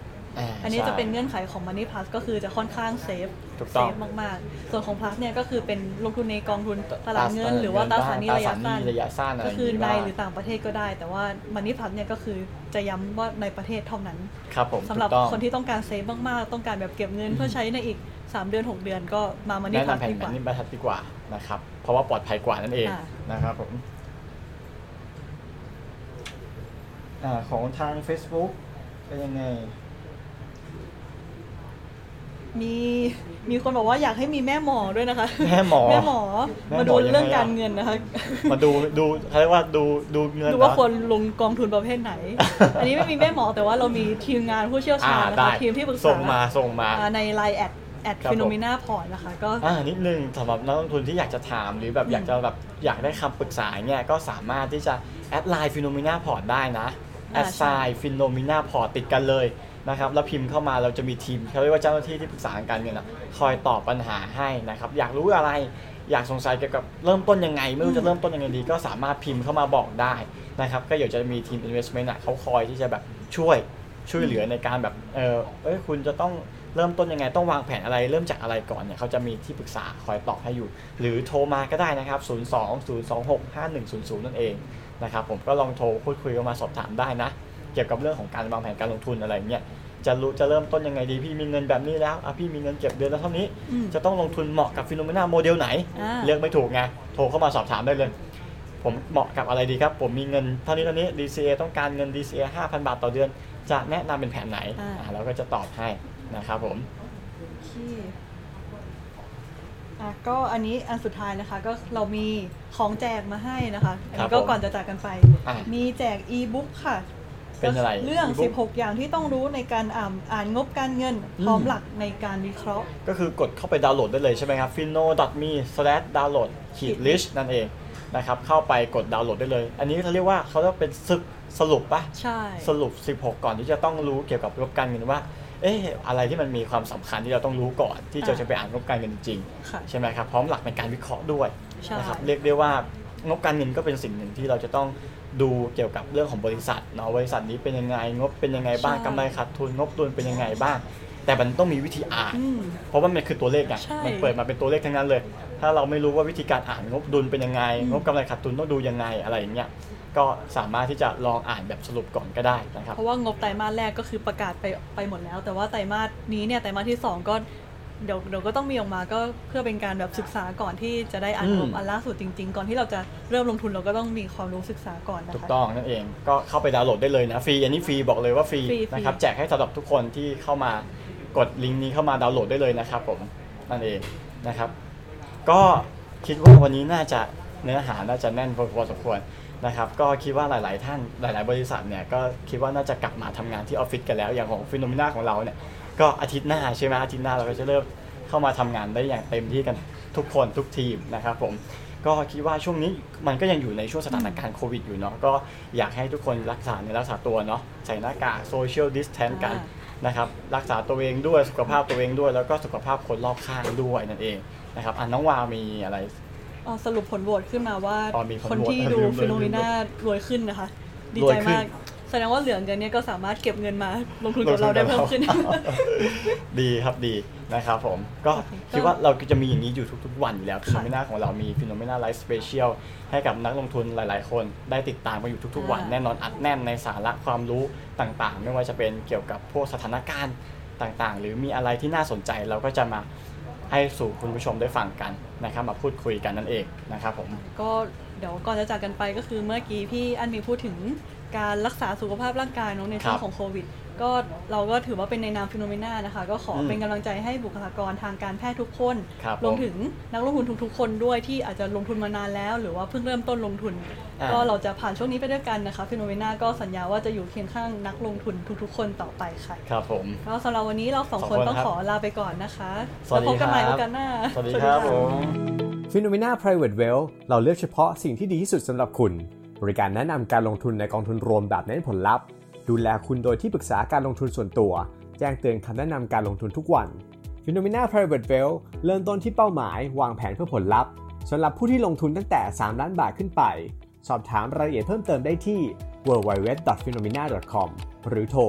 B: า
C: อันนี้
B: ใช่
C: จะเป็นเงื่อนไขของ Money Plus ก็คือจะค่อนข้างเซฟ
B: ถูกต้อง
C: เซฟมาก ๆ ส่วนของ Plus เนี่ยก็คือเป็นลงทุนในกองทุนตลาดเงิน หรือว่าตราสารหนี้ระยะ
B: ตร
C: สั้น
B: หระยะสั้นอะไร
C: ก็
B: อย่าง
C: คือ
B: นี้
C: ใน
B: บ้าง
C: หรือต่างประเทศก็ได้ แต่ว่า Money Plus เนี่ยก็คือจะย้ำว่าในประเทศเท่านั้น
B: ครับผม
C: สำหรับ
B: ถูกต้อง
C: คนที่ต้องการเซฟมาก ๆ ต้องการแบบเก็บเงินเพื่อใช้ในอีก 3 เดือน 6 เดือนก็มามันนี่
B: แนะ
C: พัก
B: นำแผ่น
C: ดีกว่า
B: นี้บรรทัดดีกว่านะครับ เพราะว่าปลอดภัยกว่านั่นเอง
C: ค่ะ
B: นะครับผมอ่าของทาง Facebook เป็นยังไง
C: มีมีคนบอกว่าอยากให้มีแม่หมอด้วยนะคะ
B: แม่หมอ
C: แม่หมอ
B: แม่หมอ
C: มาดูเรื่อง
B: ยังไงอะ
C: การเงินนะคะ
B: มาดู [LAUGHS] ดูเขาเรียกว่าดูดูเงิน
C: ดูว่า
B: นะ
C: ควรลงกองทุนประเภทไหน อันนี้ไม่มีแม่หมอแต่ว่าเรามีทีมงานผู้เชี่ยวชา
B: อ่า
C: ญนะ
B: ได้
C: คะทีมที่ปรึกษา
B: ส่งมาส่งมา
C: อ่ในไลน์แอดแอด
B: ครับผม
C: ฟิโนเมนาพอร์ตนะคะ ก็
B: อ่านิดนึงสำหรับนักลงทุนที่อยากจะถามหรือแบบ
C: อืม
B: อยากจะแบบอยากได้คำปรึกษาเนี่ยก็สามารถที่จะแอดไลน์ฟิโนมิน่าพอร์ตได้นะแอ
C: อ่า
B: ด
C: ใช่
B: ไซน์ฟิโนมิน่าพอร์ตติดกันเลยนะครับแล้วพิมพ์เข้ามาเราจะมีทีมเขาเรียกว่าเจ้าหน้าที่ที่ปรึกษาการเงินนะคอยตอบปัญหาให้นะครับ อยากรู้อะไรอยากสงสัยเกี่ยวกับเริ่มต้นยังไง ไม่รู้จะเริ่มต้นยังไงดี ก็สามารถพิมพ์เข้ามาบอกได้นะครับ ก็เดี๋ยวจะมีทีม investment อ่ะเขาคอยที่จะแบบช่วย ช่วยเหลือในการแบบ เออเอ้ย คุณจะต้องเริ่มต้นยังไง ต้องวางแผนอะไร เริ่มจากอะไรก่อนเนี่ย เขาจะมีที่ปรึกษาคอยตอบให้อยู่ หรือโทรมาก็ได้นะครับ 0 2 0 2 6 5 1 0 0 นั่นเองนะครับ ผมก็ลองโทรพูดคุยกันมาสอบถามได้นะ เกี่ยวกับเรื่องของการวางแผนการลงทุนอะไรเงี้ย จะรู้ จะเริ่มต้นยังไงดี พี่มีเงินแบบนี้แล้ว อ่ะ พี่มีเงินเก็บเดือนแล้วเท่านี้
C: อืม
B: จะต้องลงทุนเหมาะกับฟิโนเมนาโมเดลไหน
C: อ่า
B: เลือกไม่ถูกไง โทรเข้ามาสอบถามได้เลย ผมเหมาะกับอะไรดีครับ ผมมีเงินเท่านี้เท่านี้ DCA ต้องการเงิน DCA 5,000 บาทต่อเดือน จะแนะนำเป็นแผนไหน
C: อ่า
B: อ่าเราก็จะตอบให้นะครับผม
C: โอเคอ่ะก็อันนี้อันสุดท้ายนะคะ ก็เรามีของแจกมาให้นะคะอัน
B: ครับ
C: นี้ก็
B: ผม
C: ก่อนจะจากกันไป
B: อ่ะ
C: มีแจกอีบุ๊กค่ะ
B: เป็นอะไร
C: เรื่อง
B: e-book
C: 16 อย่างที่ต้องรู้ในการอ่านอ่านงบการเงิน พร้อมหลักในการวิเคราะห์
B: ก็คือกดเข้าไปดาวน์โหลดได้เลยใช่ไหมครับ fino.me/download list นั่นเองนะครับ เข้าไปกดดาวน์โหลดได้เลย อันนี้เขาเรียกว่าเขาเรียกเป็นศึกสรุปปะ
C: ใช่
B: สรุป 16 ก่อนที่จะต้องรู้เกี่ยวกับงบการเงินว่า เอ๊ะ อะไรที่มันมีความสำคัญที่เราต้องรู้ก่อน ที่จะ
C: อ่า
B: จะไปอ่านงบการเงินจริง
C: ค่ะ
B: ใช่ไหมครับ พร้อมหลักในการวิเคราะห์ด้วย
C: ใช่
B: นะครับ เรียกได้ว่างบการเงินก็เป็นสิ่งหนึ่งที่เราจะต้องดูเกี่ยวกับเรื่องของบริษัทเนาะ บริษัทนี้เป็นยังไง งบเป็นยังไงบ้างกำไรขาดทุน งบดุลเป็นยังไงบ้าง แต่มันต้องมีวิธีอ่าน
C: อืม
B: เพราะว่ามันคือตัวเลขไง
C: ใช่
B: มันเปิดมาเป็นตัวเลขทั้งนั้นเลย ถ้าเราไม่รู้ว่าวิธีการอ่านงบดุลเป็นยังไง
C: อืม
B: งบกำไรขาดทุนต้องดูยังไงอะไรอย่างเงี้ย ก็สามารถที่จะลองอ่านแบบสรุปก่อนก็ได้นะครับ
C: เพราะว่างบไตรมาสแรกก็คือประกาศไปไปหมดแล้ว แต่ว่าไตรมาสนี้เนี่ยไตรมาสที่สองก็เดี๋ยวเดี๋ยวก็ต้องมีออกมาก็เพื่อเป็นการแบบศึกษาก่อนที่จะได้อ่านงบ
B: อืม
C: อันล่าสุดจริง ๆ ก่อนที่เราจะเริ่มลงทุนเราก็ต้องมีความรู้ศึกษาก่อนนะคะ
B: ถูกต้องนั่นเอง ก็เข้าไปดาวน์โหลดได้เลยนะ ฟรี อันนี้ฟรีบอกเลยว่าฟรี
C: ฟรี
B: นะครับ
C: ฟรี
B: แจกให้สำหรับทุกคนที่เข้ามากดลิงก์นี้เข้ามาดาวน์โหลดได้เลยนะครับผม นั่นเองนะครับ ก็คิดว่าวันนี้น่าจะเนื้อหาน่าจะแน่นพอพอสมควรนะครับ ก็คิดว่าหลาย ๆ ท่านหลาย ๆ บริษัทเนี่ยก็คิดว่าน่าจะกลับมาทำงานที่ออฟฟิศกันแล้ว อย่างของฟิโนมิน่าของเราเนี่ย ก็อาทิตย์หน้าใช่ไหมอาทิตย์หน้าเราก็จะเริ่มเข้ามาทำงานได้อย่างเต็มที่กันทุกคนทุกทีมนะครับผม ก็คิดว่าช่วงนี้มันก็ยังอยู่ในช่วงสถานการณ์โควิดอยู่เนาะ ก็อยากให้ทุกคนรักษาในอรักษาตัวเนาะ ใส่หน้ากากโซเชียลดิสแทนกัน
C: อ่า
B: นะครับรักษาตัวเองด้วยสุขภาพตัวเองด้วย แล้วก็สุขภาพคนรอบข้างด้วยนั่นเอง นะครับอ่ะน้องวาวมีอะไร
C: อ๋อสรุปผลโหวตขึ้นมาว่า
B: อ๋อมีผลโหวต
C: คนที่ดู
B: ลืมเลย
C: ฟิโนลิน่ารวยขึ้นนะคะ ดีใจมา
B: รวย
C: ก
B: ขึ้
C: แสดงว่าเหลือเงินเนี่ยก็สามารถเก็บเงินมาลงทุนกับเราได้เพิ่มขึ้น
B: [LAUGHS] ดีครับดีนะครับผม ก็
C: โอเค
B: คิดว่าเราจะมีอย่างนี้อยู่ทุกๆวันอยู่แล้วฟิ
C: ค่ะ
B: โนเมนาของเรามีฟิโนเมนาไลฟ์สเปเชียลให้กับนักลงทุนหลายๆ คนได้ติดตามกันอยู่ทุกๆ วันแน่นอนอัดแน่นในสาระความรู้ต่างๆ ไม่ว่าจะเป็นเกี่ยวกับพวกสถานการณ์ต่างๆ หรือมีอะไรที่น่าสนใจเราก็จะมาให้สู่คุณผู้ชมได้ฟังกันนะครับมาพูดคุยกันนั่นเองนะครับผม
C: ก็เดี๋ยวก่อนจะจากกันไปก็คือเมื่อกี้พี่อันมีพูดถึงการรักษาสุขภาพร่างกายเน้องในช่วงของโควิด ก็เราก็ถือว่าเป็นในนามฟิโนเมนานะคะ ก็ขอเป็นกำลังใจให้บุคลากรทางการแพทย์ทุกคน
B: ครับ
C: รวม
B: ผม
C: ถึงนักลงทุนทุกๆ คนด้วยที่อาจจะลงทุนมานานแล้ว หรือว่าเพิ่งเริ่มต้นลงทุน
B: อ่า
C: ก็เราจะผ่านช่วงนี้ไปด้วยกันนะคะฟิโนเมนาก็สัญญาว่าจะอยู่เคียงข้างนักลงทุนทุกๆ คนต่อไปค่ะ
B: ครับผม
C: ก็สำหรับวันนี้เราสอ
B: สอง
C: งค
B: คน น
C: ต้อง
B: ครับ
C: ขอลาไปก่อนนะคะ
B: สวัส
C: แล้ว
B: ดี
C: พบกันใหม่
B: ค
C: โอ
B: รับ
C: กาสหน้า
B: สวัสดีครับผม
A: p h e n o m e n a Private Wealth เราเลือกเฉพาะสิ่งที่ดีที่สุดสำหรับคุณ บริการแนะนำการลงทุนในกองทุนรวมแบบเน้นผลลัพธ์ ดูแลคุณโดยที่ปรึกษาการลงทุนส่วนตัว แจ้งเตือนคำแนะนำการลงทุนทุกวัน p h e n o m e n a Private Wealth เริ่มต้นที่เป้าหมาย วางแผนเพื่อผลลัพธ์สำหรับผู้ที่ลงทุนตั้งแต่ 3 ล้านบาทขึ้นไป สอบถามรายละเอียดเพิ่มเติมได้ที่ www.phenomena.com หรือโทร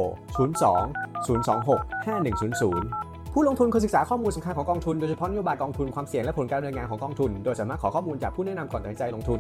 A: 02 026 5100 ผู้ลงทุนควรศึกษาข้อมูลสำคัญของกองทุน โดยเฉพาะนโยบายกองทุนความเสี่ยงและผลการดำเนินงานของกองทุน โดยสามารถขอข้อมูลจากผู้แนะนำก่อนตัดสินใจลงทุน